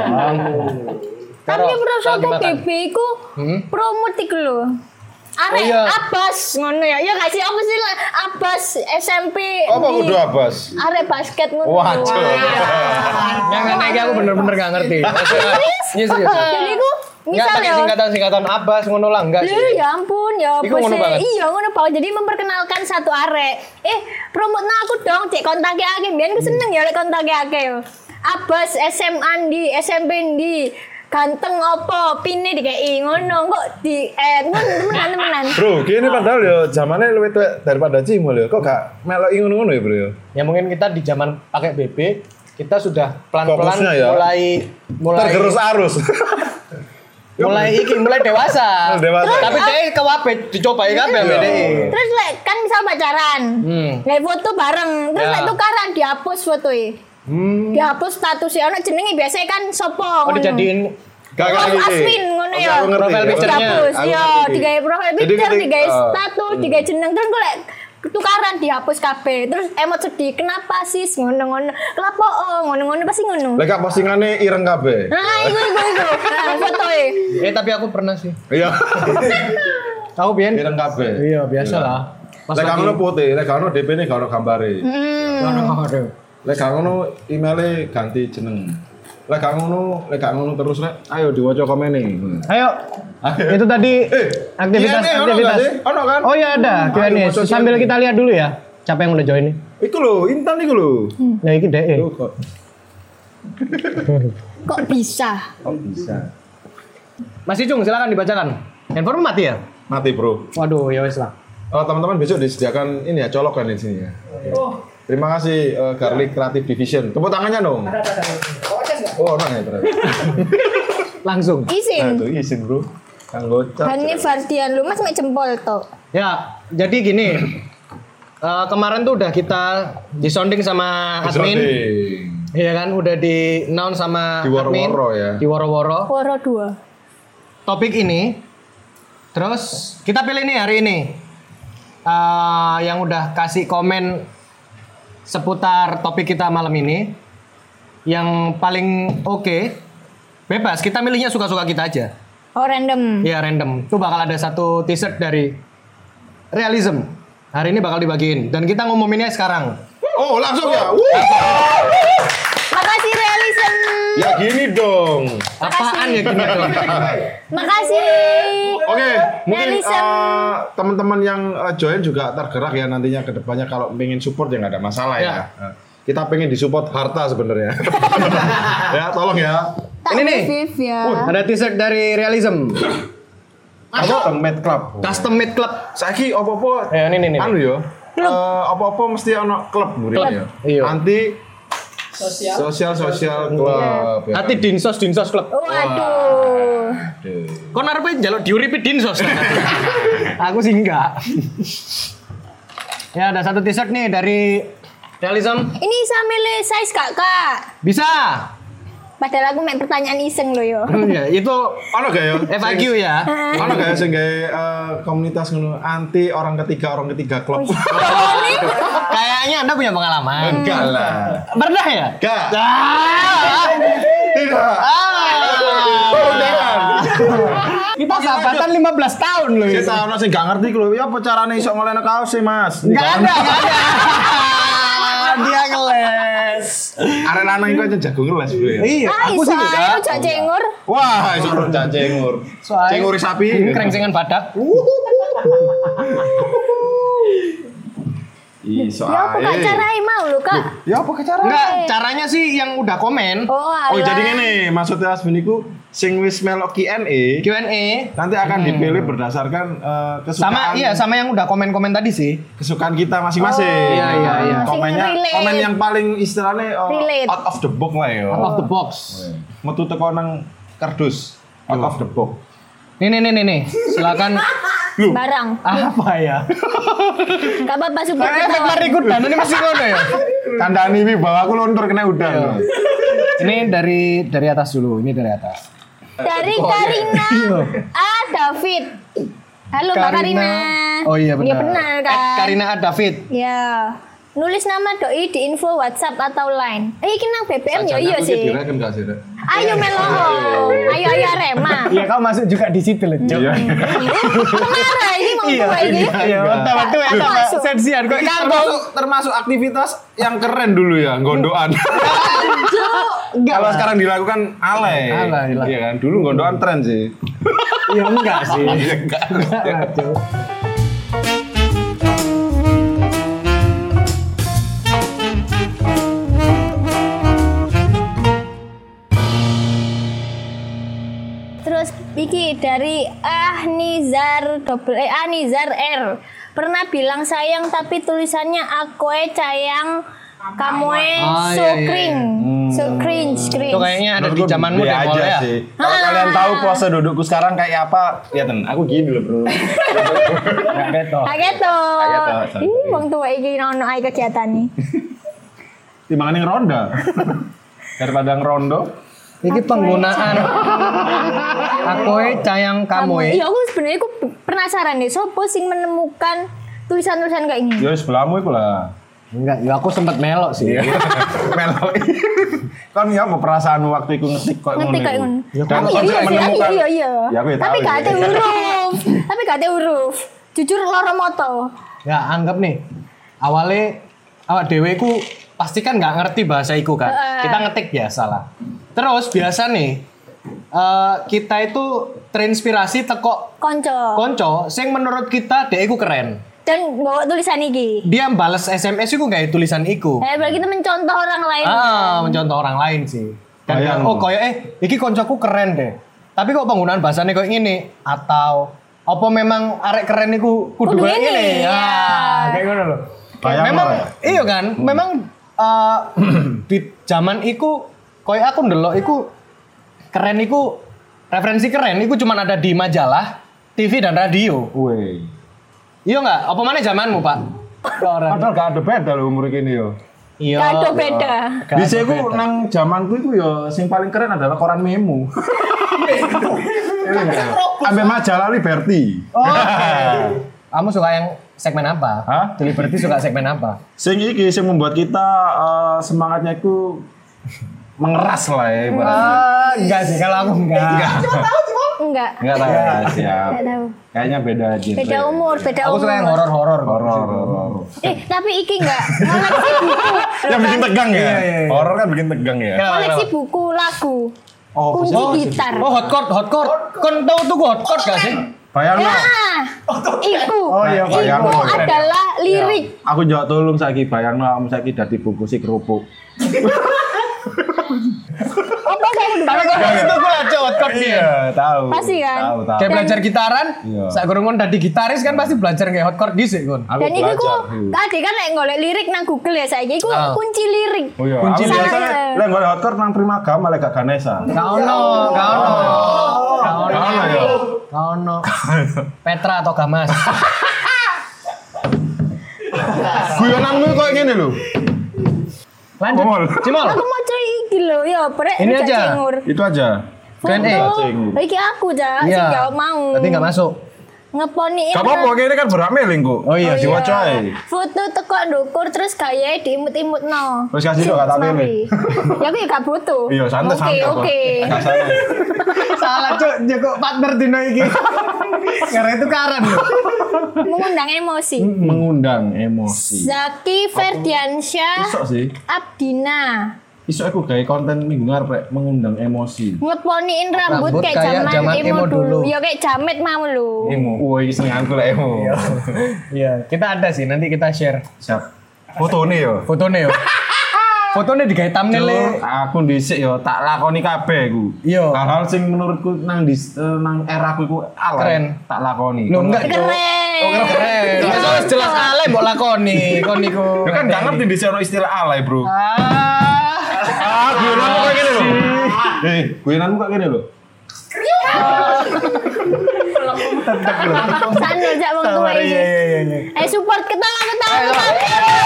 B: Tapi
A: Karo,
B: promo
A: lagi makan.
B: PBB ku promo tik lho.
A: Hmm? Oh,
B: Arek
A: iya.
B: Abas ngono ya. Ya gak sih apa sih lah, Abas SMP.
C: Apa
B: di-
C: kudu abas?
B: Arek basket ngono. iya.
C: Waduh.
A: Yang nggak aku bener-bener gak ngerti. Ini serius.
B: Jadi ku
A: Enggak
B: misal
A: iya, pakai
B: ya.
A: singkatan-singkatan abas ngono lah enggak
B: Lho,
A: sih.
B: ya ampun ya
A: Iku ngono
B: sih?
A: banget.
B: Iya ngono Pak. Jadi memperkenalkan satu arek. Eh, promotna aku dong cek kontaknya akeh. Biyen
A: Hmm.
B: ku seneng ya lek kontaknya akeh yo. Abas SMA ndi, SMP ndi. Ganteng opo, pine dikei ngono kok di eh temenan temenan.
C: Bro, kini padahal ya zamannya lebih tua daripada cimol ya. Kok gak meloki ngono-ngono ya, Bro ya?
A: Ya mungkin kita di zaman pakai BB kita sudah pelan-pelan
C: Fokusnya ya.
A: mulai mulai
C: Tergerus arus.
A: mulai iki mulai dewasa.
C: Mulai dewasa.
A: Tapi
B: Terus,
A: dia kewabet dicobai kan
B: Iya.
A: BBD.
B: Terus lek kan misal pacaran.
A: Hmm.
B: Lek foto bareng, terus
A: Ya.
B: lek tukaran dihapus fotoe.
C: Hmm.
B: Dihapus statusnya ono jenenge biasa kan sopo
A: Oh dijadiin
C: Gak
B: Mas Aswin ngono ya.
C: Aku ngerti.
A: Profile
C: aku
A: picture-nya.
C: ngerti.
B: dihapus
C: Aku
B: yo
C: ngerti.
B: tiga ya, profil
C: Jadi
B: picture
C: ketika-
B: tiga ya,
C: eh,
B: status tiga jeneng terus gue like, tukaran dihapus kabeh terus emot sedih kenapa sis ngono ngono kenapa oh ngono ngono pasti ngono
C: Lek gak postingane ireng kabeh.
B: nah iku iku iku nah foto e
A: Eh tapi aku pernah sih.
C: Iya.
A: Aku biyen
C: Ireng kabeh.
A: Iya biasa lah. Pas
C: Lek gak ngono putih, lek gak ngono DP-ne gak ono gambare. Hmm.
A: Aduh.
C: Lek gak ngono email-e ganti jeneng. Lek gak ngono, lek gak ngono terus rek, ayo diwaca komene.
A: Ayo. Eh. Itu tadi
C: Eh,
A: aktivitas
C: Q&A ono nggak
A: aktivitas.
C: sih? Ono kan?
A: Oh iya ada Q&A.
C: Ayo, masuk
A: Sambil
C: Q&A.
A: kita lihat dulu ya. Siapa yang udah join nih?
C: Itu lho, Intan iku lho.
A: Nah, iki DE.
C: Lho kok
B: kok bisa
C: kok Oh, bisa.
A: Mas Icung silakan dibacakan. Handphone mati ya?
C: Mati, Bro.
A: Waduh, ya wes lah.
C: Oh, teman-teman besok disediakan ini ya colokan di sini ya. Terima kasih eh, Garlic Creative Division. Tepuk tangannya dong. Oh, orang ya ternyata.
A: Langsung.
C: Nah,
B: izin
C: itu izin, Bro. Kang Gocap.
B: Hani Fardian lu mas mek jempol to
A: Ya, jadi gini. Eh, kemarin tuh udah kita disounding sama admin.
C: Disorting.
A: Iya kan, udah di announce sama admin.
C: Diworo-woro ya.
A: Di woro-woro.
B: Woro dua
A: topik ini. Terus kita pilih nih hari ini Eh, yang udah kasih komen seputar topik kita malam ini. Yang paling oke, bebas. Kita milihnya suka-suka kita aja.
B: oh random
A: Ya random. Tuh bakal ada satu t-shirt dari Realism. Hari ini bakal dibagiin dan kita ngumuminnya sekarang.
C: Oh, langsung ya. Wuh.
B: makasih realism
C: Ya gini dong.
A: Apaan ya gini dong?
B: makasih
C: Oke, mungkin
B: Realism.
C: eh, teman-teman yang eh, join juga tergerak ya nantinya ke depannya kalau pengen support ya nggak ada masalah ya.
A: Ya.
C: Eh, Kita pengen disupport harta sebenarnya. ya, tolong ya.
B: tak
A: Ini nih.
B: positif ya
A: Uh, Ada t-shirt dari Realism.
C: Custom Made Club.
A: Custom made club.
C: Saiki opo-opo
A: Ya ini nih. nih.
C: anu yo. Eh, opo-opo mesti ono klub muridnya.
A: Iya.
C: Anti sosial sosial klub. ya.
A: Hati dinsos dinsos club.
B: waduh
C: Aduh.
A: Kok narepe njaluk diuripi dinsos? Aku sih enggak. ya ada satu t-shirt nih dari Realism.
B: ini bisa milih size kak kak
A: Bisa.
B: Padahal aku main pertanyaan iseng loh yo.
A: ya, itu
C: Ono gak yo?
A: FAQ ya.
C: Sing- Ono gak yo sing gawe, eh, komunitas ngono anti orang ketiga orang ketiga klub.
B: Oh,
A: Kayaknya Anda punya pengalaman.
C: Enggak lah.
A: Pernah ya?
C: Enggak.
A: Ah,
C: Tidak.
A: ah.
C: Oh, jangan.
A: Kita sahabatan 15 tahun loh. ya.
C: Kita Iya, ono sing gak ngerti ku lho, ya apa carane iso ngolehno kaos sih, Mas? Kan
A: Enggak ada, enggak ada. Dia ngeles.
C: Arek lanang iku aja jago ngeles, Bro. ya.
A: Iya,
B: Ah,
A: aku
B: iso
A: sih
B: ae
A: enggak.
B: rujak cengur.
C: Wah, iso rujak cengur.
A: Soalnya-
C: Cengur sapi.
A: Ini krengsengan badak.
C: Iso
B: Ya aku gak carai mau lho, Kak.
C: Ya apa carane?
A: Enggak, caranya sih yang udah komen
B: Oh,
C: Oh,
B: alah.
C: jadi ngene, maksudnya Asmin iku sing wis melok Q&A
A: Q&A
C: nanti akan dipilih berdasarkan eh, kesukaan
A: Hmm. sama iya sama yang udah komen-komen tadi sih.
C: kesukaan kita masing-masing. Nah,
A: iya, iya, iya.
C: Komennya
B: Sing relate.
C: komen yang paling istilahnya eh,
B: Relate.
C: out of the box lah ya.
A: Out of the box.
C: metu teko nang kardus out of the box
A: Nih nih nih nih, nih. Silakan
B: barang.
A: Apa ya?
B: Gak apa-apa support
A: Karena efek
B: ketawa.
A: lariku dan ini masih ngono ya.
C: Kandani wi bawa aku luntur kena udang.
A: Ini dari dari atas dulu, ini dari atas.
B: Dari Karina
A: Iya.
B: A David. Halo Mbak Karina.
A: Oh iya benar.
B: Iya benar kan?
A: Eh, Karina A. David.
B: Ya. Nulis nama doi di info WhatsApp atau Line. Eh, iki nang BBM ya iya sih.
C: Direken gak sih? Rek?
B: Ayo melo. Ayo ayo Rema.
A: Iya kau masuk juga di situ loh. Cuk.
C: Iya.
B: Marah ini mau
A: Iya.
B: tua ini.
A: Iya, waktu itu
B: Nggak
A: sama
B: masuk.
A: sensian kok kagok.
C: Termasuk, termasuk aktivitas yang keren dulu ya, gondoan. Kalau sekarang dilakukan alay.
A: Alay, lah.
C: Iya kan? Dulu gondoan tren sih.
A: Iya enggak sih.
C: Iya enggak.
A: Enggak lah, Cuk.
B: Terus iki dari Ahnizar double eh Ahnizar R. Pernah bilang sayang tapi tulisannya akoe cayang kamoe
A: Ah,
B: so
A: iya, iya.
B: cringe. So cringe,
A: Itu
B: cringe.
A: kayaknya ada di
C: Menurut gua
A: zamanmu
C: B
A: deh
C: aja
A: mulai ya.
C: sih. Kalau kalian tahu pose dudukku sekarang kayak apa, lihatin aku gini loh, Bro.
A: Enggak ketok.
B: Kaget tuh.
C: Kaget tuh,
B: Ih, wong tua iki ono ae kegiatan nih.
C: Timbangan yang ronda. Daripada ngerondo.
B: ya.
A: Ini penggunaan akoe cayang kamoe.
B: Ya aku sebenarnya aku penasaran deh, sopo sing menemukan tulisan-tulisan kayak gini.
C: Ya sebelahmu iku lah.
A: Enggak, ya aku sempat melok sih.
C: Iya. Melo. Kan ya apa perasaanmu waktu iku ngetik kok
B: Ngerti kayak ngono.
C: Dan
B: Tapi iya
C: konsep
B: sih, tapi
C: Ya, menemukan.
B: iya iya.
C: Ya, aku ya
B: Tapi
C: tahu
B: gak
C: ya.
B: ada huruf. Tapi gak ada huruf. Jujur loro moto.
A: Ya anggap nih awalnya awak dewe ku pasti kan nggak ngerti bahasa iku kan.
B: Heeh.
A: Kita ngetik biasa lah. Terus biasa nih eh, kita itu terinspirasi teko
B: Konco.
A: konco sing menurut kita dia iku keren.
B: Dan bawa tulisan iki.
A: Dia bales SMS iku kayak tulisan iku.
B: Eh berarti kita mencontoh orang lain.
A: Ah, mencontoh orang lain sih. Dan
C: Bayang.
A: oh koyo eh iki koncoku keren deh. Tapi kok penggunaan bahasanya kok ini atau apa memang arek keren niku kudu
B: Kudu
A: kayak
B: ngene,
A: ngene?
B: ya.
A: Ya,
C: Ah.
A: kayak ngono loh.
C: Bayang
A: memang
C: ora ya?
A: iya kan? Memang eh, di zaman iku koyo aku ndelok iku keren iku referensi keren iku cuman ada di majalah, TV dan radio.
C: Weh.
A: Iya nggak? Apa mana zamanmu, Pak?
C: Padahal gak ada beda loh umur ini yo.
A: Iya.
B: Gak Ya. ada beda.
A: Gak
C: Di
A: ada
C: sini
A: beda.
C: nang zamanku itu yo sing paling keren adalah koran Memo.
A: Oh,
C: Ambil majalah Liberty.
A: Kamu suka yang segmen apa?
C: Hah?
A: The Liberty suka segmen apa?
C: Sing iki sing membuat kita eh, semangatnya itu mengeras lah ya. ibaratnya.
A: Eh, enggak sih, kalau aku enggak.
B: Enggak.
C: Enggak tahu
A: Iya.
C: ya, siap.
B: Enggak tahu.
C: Kayaknya beda aja.
B: Beda umur, beda
A: Aku
B: umur.
A: suka yang horor-horor.
C: Horor, horor.
A: Iya,
B: Eh, tapi iki enggak. Koleksi buku.
C: Yang bikin tegang ya.
A: Iya, iya, iya.
C: Horor kan bikin tegang ya.
A: Kenapa,
B: Koleksi
A: kenapa?
B: buku lagu.
C: Oh,
B: Kunci gitar.
A: Oh, hot court, hot court. Kon tahu tuh gua hot court gak sih?
C: Bayang
B: Ya. Iku.
C: Oh iya, bayang
B: Iku
C: lo.
B: adalah lirik.
C: Aku jauh tolong saiki bayang no, kamu saiki dari buku si kerupuk.
B: Apa saya kudu
A: Tapi kalau
C: Iya.
A: itu gue aja hot court dia.
C: Ya, tahu.
B: Pasti kan?
C: Tahu, tahu.
A: Kayak belajar gitaran,
C: Iya.
A: saat kurungan dari gitaris kan pasti belajar kayak hot court di sih kon.
C: Aku
B: Dan iki ku
C: belajar. Hmm.
B: tadi kan nek golek lirik nang Google ya saiki ku
A: Ah.
B: kunci lirik.
C: Oh iya,
A: Kunci
C: aku
B: lirik.
C: biasanya lek golek hot court nang Primagama lek gak Ganesa.
A: Kau no, kau no, kau no,
C: Tahu ya.
A: kau no. Petra atau Gamas?
C: Guyonanmu kok ngene lho.
A: Lanjut,
C: Cimol.
A: Cimol.
B: Aku mau cari iki lho ya brek
A: Ini
B: rujak
A: aja.
B: cingur.
C: Itu aja.
B: Iya.
A: Brand A.
B: Foto. Lah, Iki aku ja, sing gak mau.
A: Tapi nggak Iya. masuk.
B: Ngeponi
C: Gak apa-apa, kene kan berameling kok.
A: Oh iya.
C: diwaca ae.
B: Foto teko ndukur terus gayae diimut-imutno.
C: Wis kasih dong, gak tak pilih.
B: Ya aku ya gak butuh.
C: Iya, santai santai.
B: Oke, oke.
A: Salah cok, jago partner dino iki. Karena itu karan loh.
B: Mengundang emosi.
C: Hmm. Mengundang emosi.
B: Zaki Ferdiansyah
C: Isok sih.
B: Abdina.
C: Isok aku gawe konten minggu ngarep rek, mengundang emosi.
B: Ngeponiin rambut,
A: Rambut
B: kayak
A: kayak
B: zaman,
A: zaman
B: emo,
A: emo
B: dulu.
A: dulu.
B: Ya kayak jamet mau lu.
C: Emo. Woi, seneng aku lek emo.
A: Iya, kita ada sih nanti kita share
C: Siap. Fotone ya? yo.
A: fotonya yo. fotonya di kayak thumbnail
C: Cuk, aku dhisik yo tak lakoni kabeh ku.
A: Iya.
C: Hal-hal sing menurutku nang dis, eh, nang era aku iku alay,
A: Keren.
C: tak lakoni.
A: Lo enggak Cuk.
B: Keren.
A: Oh, keren. Wis wis jelas ale mbok lakoni kon niku.
C: Ya kan gak ngerti di ono istilah alay, Bro.
A: Ah.
C: Ah, guyonanmu kok ngene lho. Eh, guyonanmu kok ngene lho.
B: Sandal jak wong tuwa
C: iya,
A: iya,
B: iki. Eh support ketawa ketawa ketawa.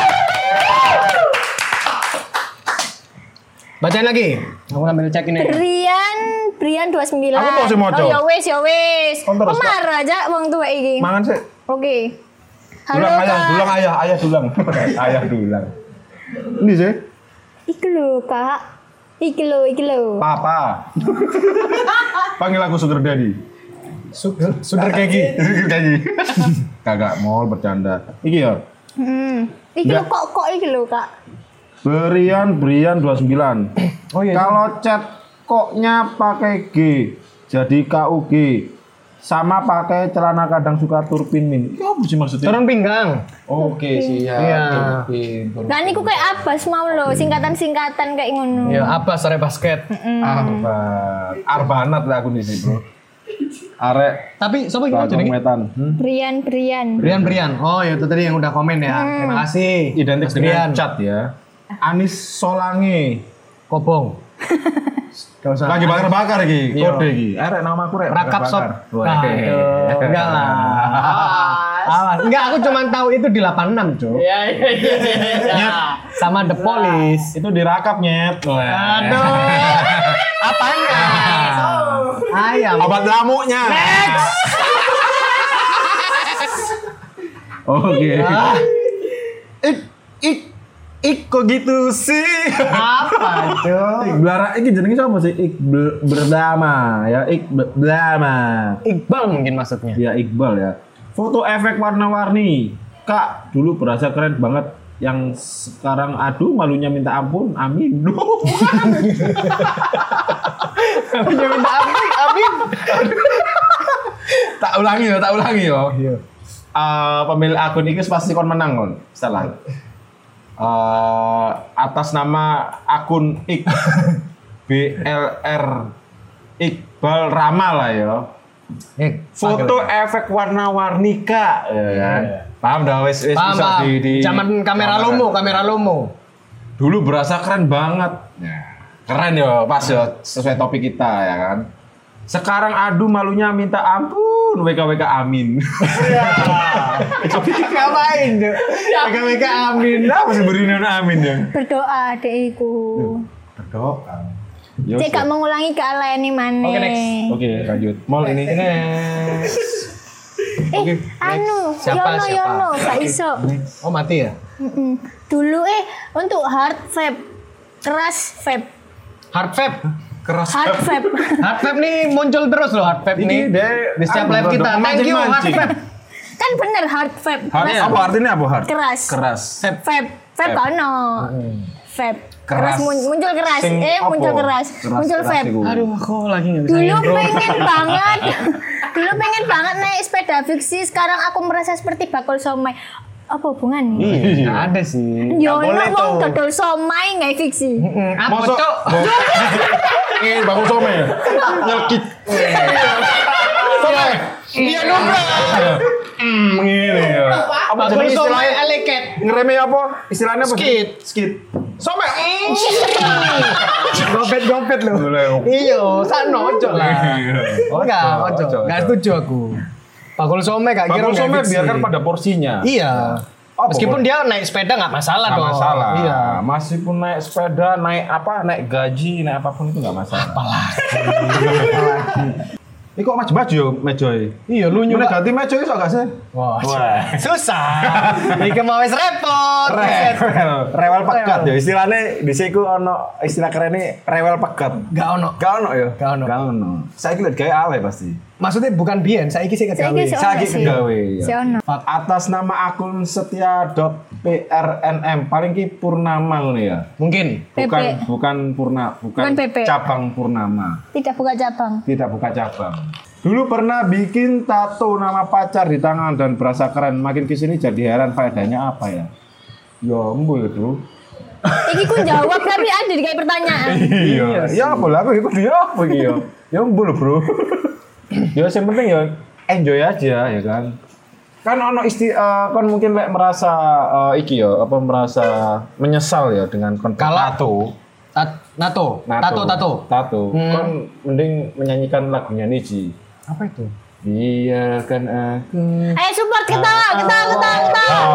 A: Bacain lagi. Aku ambil cek ini.
B: Brian Brian 29.
C: Aku kok sih moco?
B: Oh ya wis ya wis.
C: Kon terus,
B: Pemar aja wong tuwa iki.
C: Mangan sih.
B: Oke. Halo
C: Dulang ayah, dulang
B: Kak.
C: ayah, ayah dulang. ayah dulang. Ini sih.
B: Iki lho Kak. Iki lho iki lho.
C: Papa. Panggil aku Sugar Daddy.
A: Sudah kayak
C: Sugar Daddy. Kagak mau bercanda. Iki ya.
B: Hmm. Iki lho
C: Nggak.
B: kok kok iki lho Kak.
C: Berian Brian 29.
A: Oh, iya.
C: Kalau chat koknya pakai G jadi KUG. Sama pakai celana kadang suka turpin min. Ya apa sih maksudnya?
A: Turun pinggang.
C: Oke siap.
A: Iya.
C: Turpin, turpin.
B: Lah niku kayak abas mau lho, singkatan-singkatan kayak ngono.
A: Ya apa sore basket.
C: Hmm. Arbat. Arbanat lah aku nih sih, Bro. Arek
A: Tapi siapa yang
C: Bagong
A: jenenge?
C: Metan. Hmm?
B: Brian Brian.
A: Brian Brian. Oh, ya itu tadi yang udah komen ya.
G: Hmm.
A: Terima kasih.
C: Identik
A: Mas
C: dengan cat ya. Anis Solange.
A: Kobong. Gak usah.
C: Lagi bakar-bakar iki,
A: Iya.
C: kode iki. Arek nama aku Eh, rek.
A: Rakap sob.
C: bakar-bakar.
A: Nah, itu. Enggak lah. Awas. Enggak, aku cuma tahu itu di 86, Cuk.
G: Iya, iya, iya, iya.
A: Nyet. Sama The Police.
C: Itu dirakap nyet. Wah.
A: Aduh. Apanya? Ayam.
C: Obat lamuknya. Oke. Ah. Ik ik ik kok gitu sih.
A: Apa, Cuk?
C: Belara iki jenenge siapa sih? Ik Be- berdama ya, ik Be- berdama.
A: Iqbal mungkin maksudnya.
C: Ya Iqbal ya. Foto efek warna-warni. Kak, dulu berasa keren banget. Yang sekarang aduh malunya minta ampun. Amin. Duh.
A: Dia minta amin, amin.
C: tak ulangi ya, tak ulangi ya.
A: Oh, iya.
C: Eh, pemilik akun itu pasti kon menang kon. Salah. Eh, atas nama akun Ik BLR Iqbal Rama lah ya.
A: Eh,
C: Foto efek warna-warni kak, ya kan? Paham dah wes wes
A: Paham,
C: bisa
A: paham.
C: di, di
A: Zaman kamera
C: Paham,
A: lomo,
C: kan?
A: kamera lomo.
C: Dulu berasa keren banget. Ya, Keren ya, pas ya sesuai topik kita ya kan. Sekarang aduh malunya minta ampun, WKWK amin.
A: Ngapain, Cuk?
G: Ya.
A: Mega-mega amin.
C: Kenapa sih beri neon amin ya?
B: Berdoa dek iku.
C: Berdoa.
B: Cek gak mengulangi kealaini maneh.
A: Oke, next.
C: Oke, lanjut. Mall ini.
B: Eh, anu,
A: Siapa, siapa?
B: Yono Yono, gak iso.
A: Oh, mati ya?
B: Mm-mm. Dulu eh untuk hard vape, keras vape,
A: Hard vape. Keras.
B: hard vape.
A: Hard vape nih muncul terus loh hard vape nih.
C: Ini dia-
A: Di setiap
C: anu,
A: live kita.
C: dong,
A: Thank you hard vape.
C: mancing-mancing.
B: kan bener hard vape,
C: Hard.
B: keras.
C: Apa artinya apa hard?
B: Keras.
C: Keras.
B: Vape, vape gak ono. Vape.
C: Keras.
B: Keras, mun- muncul keras.
C: Sing
B: eh,
C: apa?
B: muncul keras.
C: Keras,
B: Muncul
C: keras
B: vape.
C: iku.
A: Aduh, aku lagi nggak bisa.
B: Dulu
A: ngendong.
B: pengen banget. Dulu pengen banget naik sepeda fiksi, sekarang aku merasa seperti bakul somai. Apa hubungannya?
A: Iya, nggak ada sih.
B: Yo, ono wong dodol somai nggak fiksi.
A: Hmm, Apa
C: Masuk.
A: cok?
C: Eh, bangun some ya. Nyelkit. Some.
A: Iya nubrok.
C: Hmm, Ngene ya. Apa
A: Bakul
C: jenis
A: somai
C: istilahnya?
A: aleket.
C: Ngereme apa? Istilahnya apa?
A: Skit.
C: Skit. Some.
A: Gopet gopet loh.
C: Boleh.
A: Iyo, sakno ojo Iya, lah. Oh, Enggak, ojo. Enggak setuju aku. Bakul somai gak kira
C: Bangun
A: nggak
C: some
A: fiksi.
C: biarkan pada porsinya.
A: Iya.
C: Oh,
A: Meskipun dia naik sepeda nggak masalah
C: nggak
A: dong.
C: masalah.
A: Iya.
C: Masih pun naik sepeda, naik apa, naik gaji, naik apapun itu nggak masalah. Apalah. Ini kok maju maju meja
A: Iya, lu
C: Ini
A: nyoba.
C: ganti meja iso gak sih?
A: Wah, susah. Iki mau wis repot.
C: Rewel, rewel pekat ya istilahnya di siku ono istilah keren ini rewel pekat.
A: Gak ono.
C: Gak ono ya?
A: Gak ono.
C: Saya kira gaya alay pasti.
A: Maksudnya bukan biyen, saiki sih
B: Saya
A: kegawe.
C: Saiki kegawe, ya.
B: Si ono.
C: Atas nama akun setia.prnm paling ki Purnama ngono ya.
A: Mungkin.
C: Bukan
B: Pepe.
C: bukan Purna, bukan,
B: Bukan Pepe.
C: cabang Purnama.
B: Tidak buka cabang.
C: tidak buka cabang. Dulu pernah bikin tato nama pacar di tangan dan berasa keren. Makin kesini jadi heran faedahnya apa ya? Ya embo ya dulu.
B: Iki ku jawab tapi ada di kayak pertanyaan.
C: Iya. Ya apa lah aku ikut dia apa iki ya? Ya embo lho, Bro. ya yang penting ya enjoy aja ya kan. Kan ono isti eh, kan mungkin lek merasa eh, iki ya apa merasa menyesal ya dengan kon
A: Kalau-
C: tato.
A: Tat- Nato, tato, tato.
C: Tato.
A: Hmm.
C: Kon mending menyanyikan lagunya Niji. Iya kan, eh.
A: Apa itu?
C: Biarkan aku
A: Iya.
B: Ayo support ketawa,
A: Ah.
B: ketawa, ketawa, ketawa.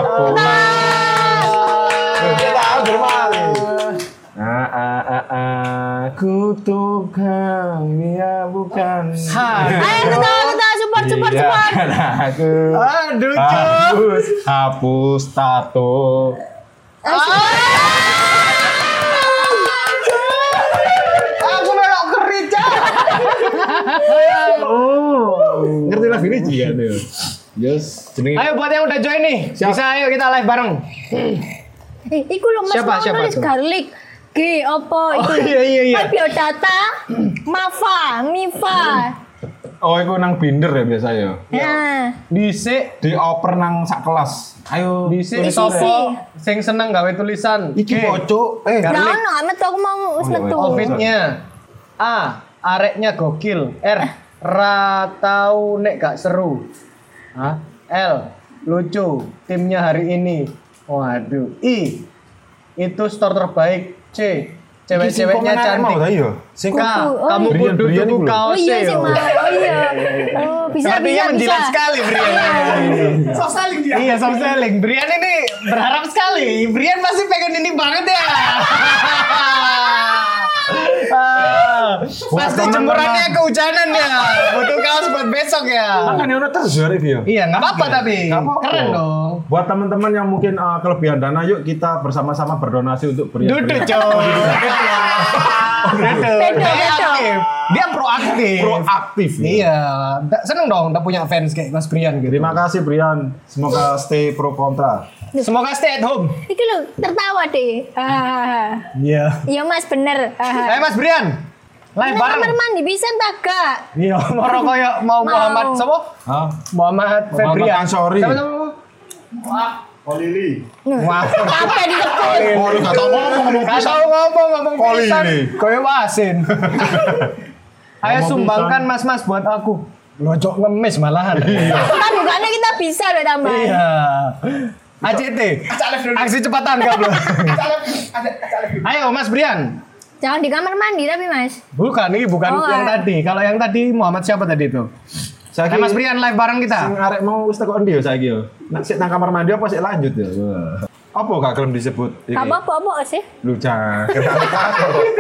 C: Ah, ah, ah, ah, aku tukang dia bukan
A: Iya.
B: Ayo ketawa, ketawa, support, support, support.
C: Biarkan aku
A: Aduh,
C: hapus hapus tato
A: Ah, Aku melok kerit, Cak.
F: Ngerti lagu ini juga tuh.
C: yes jenenge
A: Ayo buat yang udah join nih, bisa ayo kita live bareng.
B: Eh, iku lho Mas
A: Siapa,
B: mau
A: siapa
B: nulis
A: tuh?
B: garlic. G apa iku?
A: iya iya
B: Kan biodata, mafa, mifa.
C: oh iku nang binder ya biasa ya
A: Iya.
B: Nah,
A: Dhisik
C: dioper nang sak kelas ayo
A: dhisik
B: Tulis isi.
A: sopo sing seneng gawe tulisan.
F: Iki pocok. Eh,
B: gak
A: Garlic.
B: nah, ono amat aku mau
C: Oh,
B: wis
C: iya,
B: metu.
C: iya.
A: Covidnya Er. A. Areknya gokil R. Ratau nek gak seru Hah? L. Lucu Timnya hari ini Waduh I. Itu store terbaik C. Cewek-ceweknya cantik K.
B: Kudu, oh
A: Kamu
C: iya.
A: kudu
C: Brian, Brian
A: tuku
C: iku lho.
B: Oh
A: kaos
B: iya
A: e,
B: sih,
A: yo.
B: Mas. Oh iya. Oh, bisa
A: Sepertinya
B: bisa bisa.
A: menjilat sekali Brian
E: Soft selling dia.
A: Iya soft selling Brian ini berharap sekali Brian pasti pengen ini banget ya Ah, pasti
C: tenang,
A: jemurannya
C: tenang.
A: kehujanan ya butuh kaos buat besok ya
C: Makan yang udah terjual dia.
A: iya nggak apa-apa tapi keren
C: Iya,
A: dong
C: Gitu. Buat teman-teman yang mungkin eh, kelebihan dana, yuk kita bersama-sama berdonasi untuk beri.
A: Duduk cow Duduk
B: Bedo,
A: Dia
B: bedo.
A: aktif. Dia proaktif
C: Proaktif. ya.
A: Iya Da- Seneng dong udah punya fans kayak Mas Brian gitu
C: Terima kasih Brian. Semoga stay pro kontra.
A: Semoga stay at home
B: Iki lho, tertawa deh. Ah.
A: Iya
B: Iya Mas bener. Ah.
A: Eh Mas Brian Live
B: Nang
A: bareng
B: Kamar mandi bisa tak gak?
A: Iya, moro koyo mau Muhammad sapa?
C: Hah?
A: Muhammad
C: Muhammad
A: Febrian.
C: Ansori.
A: Sama sama.
E: Oh Lili.
A: Wah,
B: Apa disebut?
C: Oh, lu gak tau ngomong-ngomong
A: gak tau ngomong ngomong
C: Koli
A: pisan.
C: ini.
A: Koyo asin. Ayo
C: Ngomong
A: sumbangkan
C: pisan.
A: mas-mas buat aku. Iya. Lojok ngemis malahan.
B: Kita Kan bukannya kita bisa loh tambah.
A: Iya. ACT. Aksi cepat tanggap loh. Ayo Mas Brian.
B: Jangan di kamar mandi tapi Mas.
A: Bukan, ini bukan
B: Oh,
A: yang
B: ah.
A: tadi. Kalau yang tadi Muhammad siapa tadi itu? Eh,
C: Saiki
A: Mas Brian live bareng kita.
C: sing arek mau wis tekan ndi yo saiki yo. Nek sik nang kamar mandi apa sik lanjut yo. Wah. Apa gak gelem disebut iki?
B: Apa apa apa sih?
C: Lu jangan.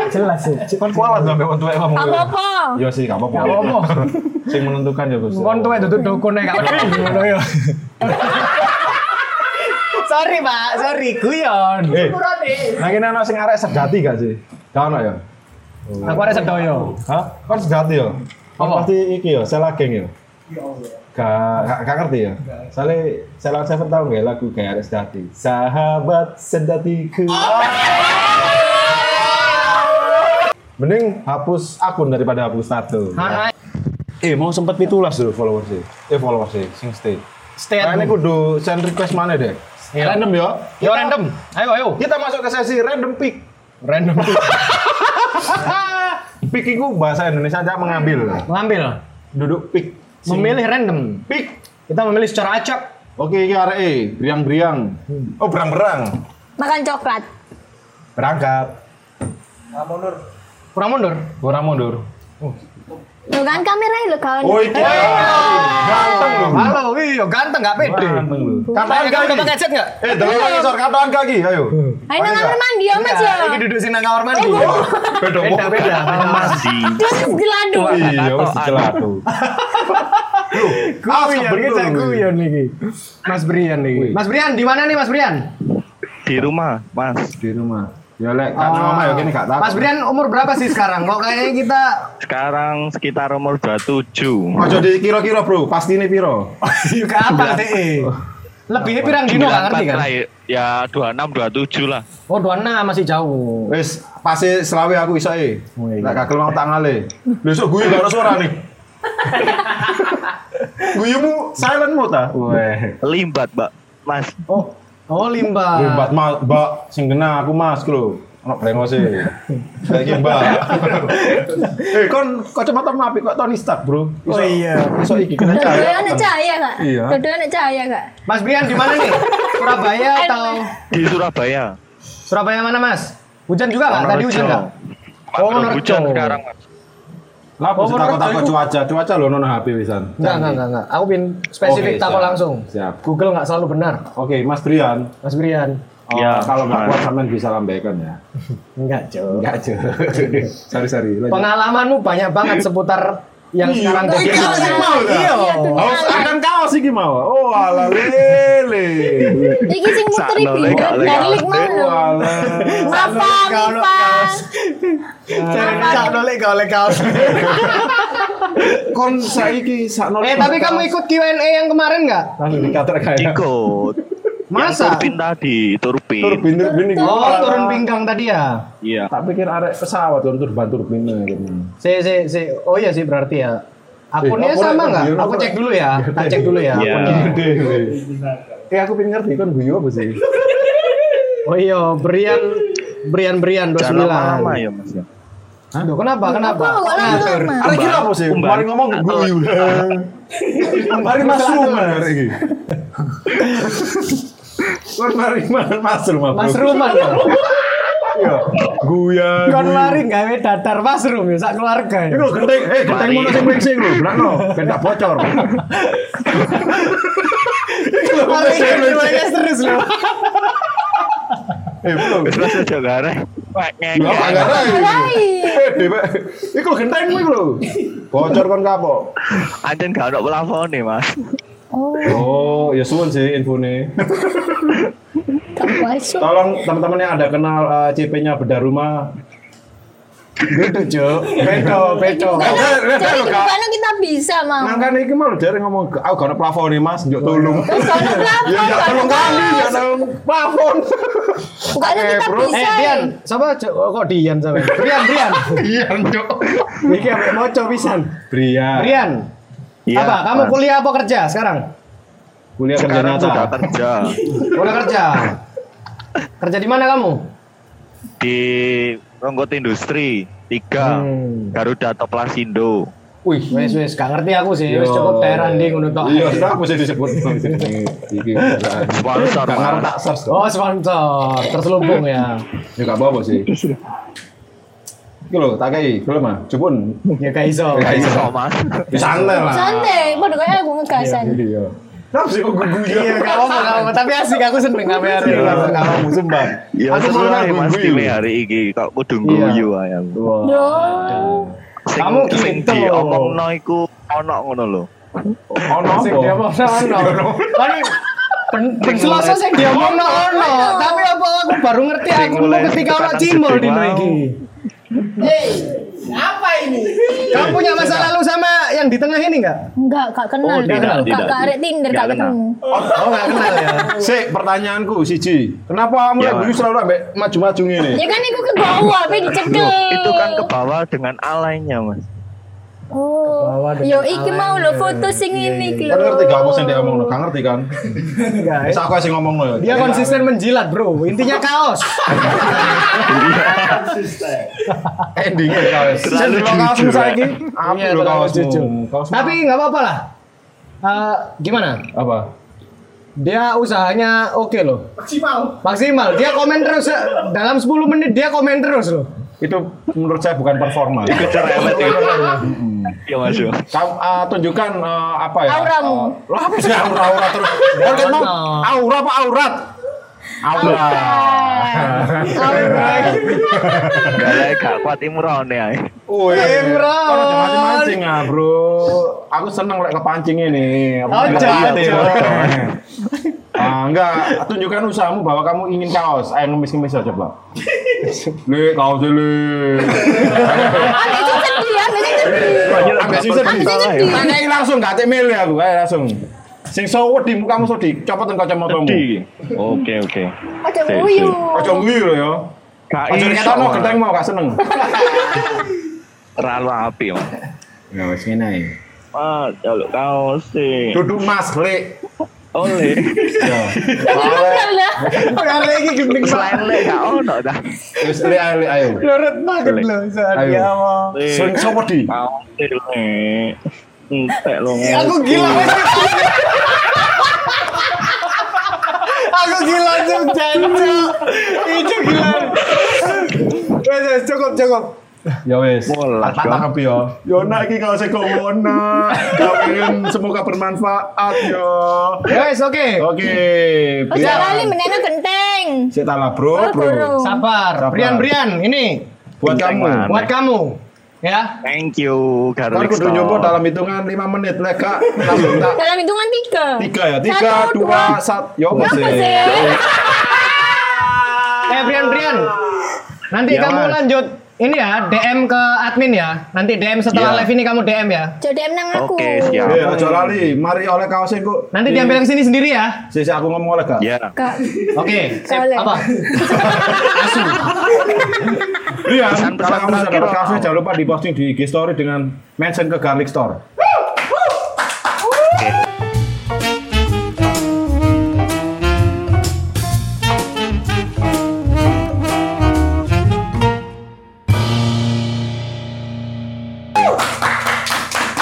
A: Jelas sih.
C: Kon kualat lho mbek wong tuwek ngomong.
B: Apa apa?
C: Yo sih gak apa-apa.
A: Gak apa-apa.
C: Sing menentukan ya Gus.
A: Kon tuwek duduk dukun nek gak ngono ya. Sorry, Pak. Sorry, guyon.
C: Eh, lagi nana sing arek sedati gak sih? Gak ono ya?
A: Aku ada sedoyo.
C: Hah? Kan sedati ya? Kan
A: Apa?
C: pasti iki ya, Sela Geng ya? Gak, gak, gak ngerti ya? Soalnya Sela Seven tau gak lagu kayak arek sedati? Sahabat sedatiku Mending hapus akun daripada hapus tato.
A: Ha, ha.
C: Eh mau sempet pitulas dulu followers sih. Eh followers sih, sing stay.
A: Stay at
C: Kayaknya
A: home.
C: kudu send request mana deh?
A: Iya.
C: Random ya?
A: Yo random. Ayo, ayo.
C: Kita masuk ke sesi random pick.
A: Random.
C: Pick itu bahasa Indonesia aja mengambil.
A: Mengambil.
C: Duduk pick.
A: Memilih random.
C: Pick.
A: Kita memilih secara acak.
C: Oke, ini arek E, briang-briang.
A: Hmm.
C: Oh, berang-berang.
B: Makan coklat.
C: Berangkat.
A: Kurang mundur.
C: Kurang mundur.
B: Tuh kan kamera lo kawan.
C: Oh, iki. Ganteng lu.
A: Halo, iyo ganteng gak pede.
C: Ganteng lu.
A: Kapan
C: Kapan
A: kau Hmm. udah
C: kaki?
A: pakai headset enggak?
C: Eh, dulu lagi sor kapan kaki? Ayo.
B: Ayo nang kamar mandi ya Mas
G: Iya,
B: ya.
A: Iki Iya, duduk sini nang kamar mandi.
C: Beda
A: Beda, beda.
C: Masih.
B: Terus geladu.
C: Iya, wis jelatu.
A: Guyon, iki cek guyon iki. Mas Brian iki. Mas Brian di mana nih Mas Brian?
G: di rumah mas
C: Di rumah. Ya lek kan mama ya kene gak
A: Ah.
C: tahu.
A: Mas Brian Kan umur berapa sih sekarang? Kok kayaknya kita
G: sekarang sekitar umur 27
C: Ojo dikira-kira, Bro. Pastine piro?
A: yuk apa sih? Lebihnya pirang dino gak ngerti kan?
G: Lahir- ya 26 27 lah
A: Oh 26 masih jauh.
C: Wis, pasti selawe aku iso e.
A: Oh, iya.
C: Lek kakel mau tak ngale. Besok guyu gak ada suara nih. Guyumu silent mode ta? Weh.
G: limbat mbak mas
A: Oh oh limba.
C: Mbak, Mbak, Mbak, sing kena aku Mas, kro. Ono brengose. Saiki Mbak. Eh, kon kacamata apik kok Tony Stark, Bro.
A: Oh iya.
C: Iso iki kena
B: Dodoy
C: cahaya.
B: anak cahaya kak.
C: Iya.
B: Dodoy anak cahaya kak.
A: Mas Brian di mana nih? Surabaya atau
G: di Surabaya
A: Surabaya mana Mas? Hujan juga nggak? Tadi hujan
G: Wonorejo.
A: nggak?
G: Pak
A: Oh,
G: hujan
A: Rejo.
G: sekarang mas.
C: Lah
A: Oh,
C: bisa takut takut
A: menurut
C: cuaca, cuaca lo nono HP pisan.
A: Enggak, enggak, enggak, enggak. Aku pin spesifik
C: Oke,
A: takut
C: siap.
A: langsung.
C: Siap.
A: Google nggak selalu benar,
C: Oke, Mas Brian.
A: Mas Brian.
C: Oh,
G: Iya,
C: kalau nggak
G: Mas.
C: kuat sampean bisa lambaikan ya.
A: Enggak, Jo.
C: Enggak aja. sorry sorry. lanjut.
A: Pengalamanmu banyak banget seputar yang sekarang jadi
C: Iya,
A: masalah.
C: iya, mau,
A: Iya.
C: Haus akan kaos iki mau. Oh, ala lele.
B: Iki sing muteri
G: Sakno lek,
B: bingung
G: lek,
B: balik
C: Oh,
B: mana?
C: ala. Iya.
B: Apa Mipa?
A: Cari sak nolek gak oleh kaos.
C: Kon saiki sakno.
A: Eh, tapi kamu ikut Q&A yang kemarin nggak?
C: langsung dikater kayak.
G: Ikut. Yang
A: Masa?
G: turpin tadi, turpin.
C: Turbin turbin iki.
A: Oh, turun pinggang tadi ya.
G: Iya.
C: Tak pikir arek pesawat kon turban turbin gitu.
A: Si, si, si. Oh iya sih berarti ya. Akunnya
C: Eh, akunnya
A: sama nggak?
C: kan biru,
A: Aku
C: Pak.
A: cek dulu ya. Tak cek dulu ya.
G: Iya.
A: akunnya.
C: Eh aku pengen ngerti kan guyu apa sih?
A: Oh iya, Brian Brian Brian
G: Jangan
A: 29.
G: lama-lama ya mas ya.
A: Aduh, kenapa? Kenapa?
B: Apa kok lama?
C: Ada kira apa sih?
G: Umbar.
C: Mari ngomong
A: Nah,
C: guyu. Mari masrum hari ini. Kon mari ma- masrum apa?
A: Mas Ruman ya.
C: Iya. Guya.
A: Kon
C: guyu.
A: mari gawe datar Mas Rum ya sak keluarga ya.
C: Ini lo genteng, eh genteng
G: Mari.
C: mana sing mlengsing lo, belak lo, ben tak bocor.
A: Mari keluarga terus loh.
C: Eh, belum.
G: Terus aja Iya. gak ada. Pak, ngek.
C: Lo kagak rai.
B: Lain.
C: Eh, Pak. Iku gentengmu iku lho. Bocor kon kapok.
G: Anjen gak ada pelafon nih mas.
B: Oh,
C: Oh, ya suwun sih infone.
B: tak masuk.
C: Tolong teman-teman yang ada kenal eh, CP-nya Beda Rumah. Gitu, Cuk. Bedo, bedo. Iya.
B: Jadi gimana kita bisa mau?
C: Nang kan iki malu dari ngomong, aku gak ada plafon nih Mas, njuk tolong.
A: Iya.
B: Terus kalau
C: Ya
B: kenapa?
C: ya tolong kali, ya tolong plafon.
B: Bukannya
C: Eh,
B: kita
C: bro.
A: Eh,
B: bisa. ya?
A: Dian, siapa Jo- oh, kok Dian sama? Brian, Brian.
G: Iya, cok.
A: Iki ambek moco pisan.
C: Brian.
A: Brian,
C: Iya,
G: Iya,
A: apa? Kamu kuliah apa kerja sekarang?
C: Kuliah kerja
G: Sekarang
C: nyata.
G: sudah kerja
A: Udah kerja. Kerja di mana kamu?
G: di Ronggot Industri tiga
A: Hmm.
G: Garuda Top Lasindo.
A: Wih, wes wes gak ngerti aku sih. Wes Iya, cukup daerah ndi ngono tok.
C: Iya, sudah mesti disebut. Iki.
G: Sponsor,
C: Gak ngarep
G: Mas.
C: tak search kok.
A: Oh, sponsor. Terselubung ya.
C: Ya gak apa-apa sih. Iki lho, tak kei, belum ah. Jupun.
A: Ya gak iso.
C: Gak iso.
G: Iso Iya, mas.
C: Santai lah.
B: Santai, padahal kayak aku ngegasan.
C: Iya. Kenapa sih kok guyu?
A: Iya, gak apa-apa, gak apa-apa. Tapi asik aku seneng sama
C: Iya,
A: hari ini.
C: kamu sumpah.
G: Ya
C: Aku malah
G: sesuai mas
C: guyu.
G: Dime hari ini kok kudu guyu ayam.
C: Iya,
B: Duh.
G: Sing-
A: Kamu
G: sing
A: gitu.
G: diomongno iku ono ngono lho.
C: Ono
A: Sing
C: iya. apa?
A: dia mau ono. Kan pen pen- selasa sing dia mau ono ono. Tapi apa aku baru ngerti
G: Sing
A: aku nemu
G: mulai
A: ketika ono
G: tekan
A: cimol
G: gede
A: di
G: mau.
A: iki. Hei, apa ini? Kamu punya masa lalu sama yang di tengah ini enggak?
B: Enggak, gak
A: Oh,
B: kenal.
A: tidak,
B: Gak-
G: tidak,
B: Gak arek Tinder,
G: Tidak
B: gak ketemu.
A: Oh, enggak kenal ya.
C: Sik, pertanyaanku siji. Kenapa kamu
G: Ya,
C: lek guyu
G: Mas.
C: selalu ambek maju-maju ngene?
B: Ya kan iku ke bawah, tapi dicegel.
G: Itu kan ke bawah dengan alainya mas.
A: bawah
B: Oh,
A: dengan
B: yo iki mau
A: alay.
B: lo foto sing ini iki
C: Kan ngerti gak apa sing dia
B: lho.
C: omongno? Gak ngerti kan?
A: Enggak.
C: Wis aku sing ngomongno
A: Iya,
C: ya.
A: eh. Dia kan konsisten menjilat, Bro. Intinya kaos.
C: endinge kaos.
G: Terlalu
C: Sing kaosmu
G: jujur, ya.
C: saiki. ya, Apa
A: Iya,
C: lho
A: terlalu jujur.
C: kaosmu? Kaosmu
A: Tapi nggak apa-apa lah. Eh, gimana?
C: apa?
A: Dia usahanya oke loh. Maksimal. Maksimal. Dia komen terus eh, dalam 10 menit dia komen terus loh.
C: Itu menurut saya bukan performa.
G: Itu cerewet ya. Ya mas yo.
C: Kamu eh, tunjukkan eh, apa ya?
B: Auramu.
C: Eh, Lah apa sih aura-aura terus? Kan ketemu aura apa aurat? Aura.
G: Gak lek gak kuat imrone ae.
C: Wih,
A: Imron.
C: Orang jangan mancing ah, bro. Aku seneng lek kepancing ini. Apa
A: Oh,
C: lek
A: jangan,
C: hati,
A: jangan.
C: bro? Ah, enggak, tunjukkan usahamu bahwa kamu ingin kaos. Ayo ngemis-ngemis aja, coba. Le, kaos le.
B: Ane itu sedih, ane itu sedih.
C: Agak susah
B: Ane itu
G: Salah ya.
B: sedih.
C: Tanya ini langsung, gak cek milih aku, ayo langsung. Sing sowo di mukamu so di copot dan kacamatamu.
G: Oke oke.
B: Ojo
G: Sik,
B: guyu.
C: Ojo nguyu lho ya.
G: Gak
C: Ojo
G: iso,
C: ketokno
G: Mas.
C: genteng mau gak seneng.
G: Terlalu api mas.
C: Ya wis ngene ae.
G: Mas, kalau kaos sih.
C: Duduk Mas, Le.
G: Oleh.
C: Ya.
B: Tapi kenal lah.
A: Karena ini gendeng
G: Selain lek gak ono dah.
C: Wis Le ayo, Le ayo.
A: Menurut banget loh Ya soalnya
C: Ayo.
A: awal.
C: Sing sowo di.
G: Kaos sih lek. Entek lo.
A: Aku gila wes. Aku gila Cuk, Cuk. Itu gila. Wes, wes, cukup cukup.
H: Ya wes.
G: Molas,
H: Tak
G: kan?
H: tangkep yo.
C: Yo Ya, nak iki kalau saya kok ngono. Kawin semoga bermanfaat yo.
A: Guys, oke.
C: Oke.
B: Oh,
C: Brian.
B: sekali menena genteng.
C: Saya tak lah, bro,
B: Oh,
C: bro.
B: burung.
A: Sabar.
C: Sabar.
A: Brian-Brian ini
C: Buat
G: Bintang
C: kamu.
G: mana?
A: buat kamu. Ya.
G: Thank you,
C: Kan
G: Garlic
C: kudu
G: Store.
C: nyoba dalam hitungan 5 menit lah kak. Enam menit.
B: Dalam hitungan tiga.
C: Tiga ya, tiga,
B: Satu,
C: dua, satu. Yo apa
B: Apa
C: sih? Ya,
B: sih?
A: Eh Brian Brian. Nanti
G: Ya,
A: kamu
G: Mas.
A: lanjut ini ya DM ke admin ya. Nanti DM setelah
G: Ya.
A: live ini kamu DM ya.
B: Jodoh nang aku.
G: Oke, siap.
C: Eh, ojo lali. Mari oleh kaosnya kok.
A: Nanti diambil yang sini sendiri ya.
C: Sisi aku ngomong oleh kak.
G: Ya.
B: Kak,
A: Oke. sip.
B: Boleh.
A: Apa?
C: Iya,
G: Pesan-pesan
C: kalau kamu sudah
G: terakhir,
C: dapat
G: Pak.
C: kaosnya jangan lupa diposting di IG story dengan mention ke Garlic Store.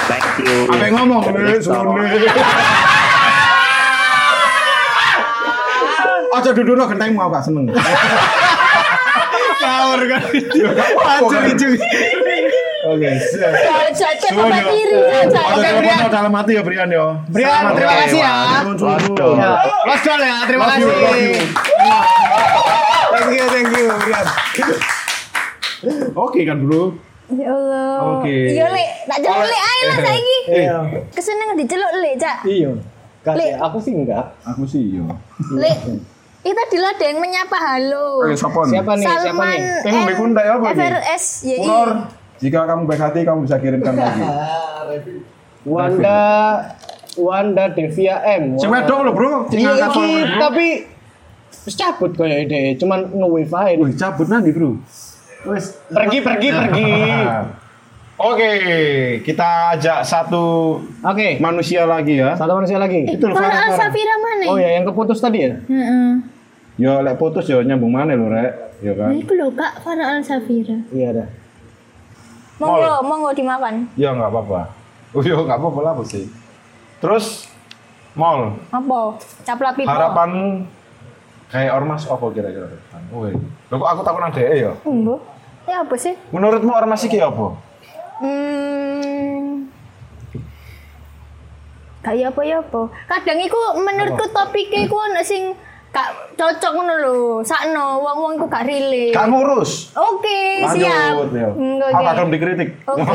G: Thank you.
C: Apa yang ngomong? eh,
G: Garlic Store.
C: Ojo duduk no genteng mau kak seneng.
A: Power kan.
C: Iya, Hancur
A: hijau.
C: Oke. siap.
B: kalau jatuh bapak kiri
C: Ojo
B: saja.
C: duduk
A: Brian.
C: no dalam hati ya Brian yo.
A: Brian, terima kasih ya.
C: Sun, sun, sun.
G: Waduh.
A: Ya. Mas Dol ya, terima
C: Love you,
A: kasih.
C: love you.
A: Thank you, thank you, Brian.
C: Oke kan bro.
B: Ya Allah.
C: Oke.
B: Iya, Lek. Tak jeluk Lek ae lah saiki.
A: Iya.
B: Keseneng diceluk Lek, Cak.
A: Iya.
B: Lek.
A: aku sih enggak.
C: Aku sih iya. yo.
B: Lek. Itu tadi lo ada yang menyapa halo.
C: Oke, sopan.
A: Siapa nih? Siapa
B: Salman
A: nih?
C: Emang
B: M-
C: Bekun tak apa nih?
B: FRS YI.
C: Unor, jika kamu baik hati kamu bisa kirimkan lagi.
A: Wanda Wanda Devia M.
C: Cewek dong lo
A: Iya,
C: bro. Cingak
A: iki,
C: kapal.
A: tapi wis cabut kayak ide, cuman nge-wave aja.
C: Wih cabut nanti bro. Wes
A: Pergi, pergi, pergi.
C: Oke, kita ajak satu
A: Oke.
C: manusia lagi ya.
A: Satu manusia lagi.
B: Eh, Farah Safira mana?
A: Oh ya, yang keputus tadi ya?
B: Heeh.
C: Yo Ya, lek putus yo nyambung mana lo rek? Yo kan.
B: Iku lho Kak Farah Al Safira.
A: Iya ada.
B: Monggo, monggo dimakan.
C: Ya nggak apa-apa. Oh yo nggak apa-apa lah apa sih. Terus mall
B: Apa? Capla pipo.
C: harapanmu kayak ormas apa kira-kira? Woi, lo kok aku takut nang dhek ya?
B: Enggak. Ya apa sih?
C: Menurutmu ormas iki apa?
B: Hmm. Gak ya apa ya apa. Kadang iku menurutku topiknya iku ono sing gak cocok ngono lho. Sakno wong-wong iku gak relate.
C: Gak ngurus.
B: Oke, siap.
C: Lanjut yo.
B: Enggak,
C: Apa
B: oke.
C: kamu dikritik?
B: Oke.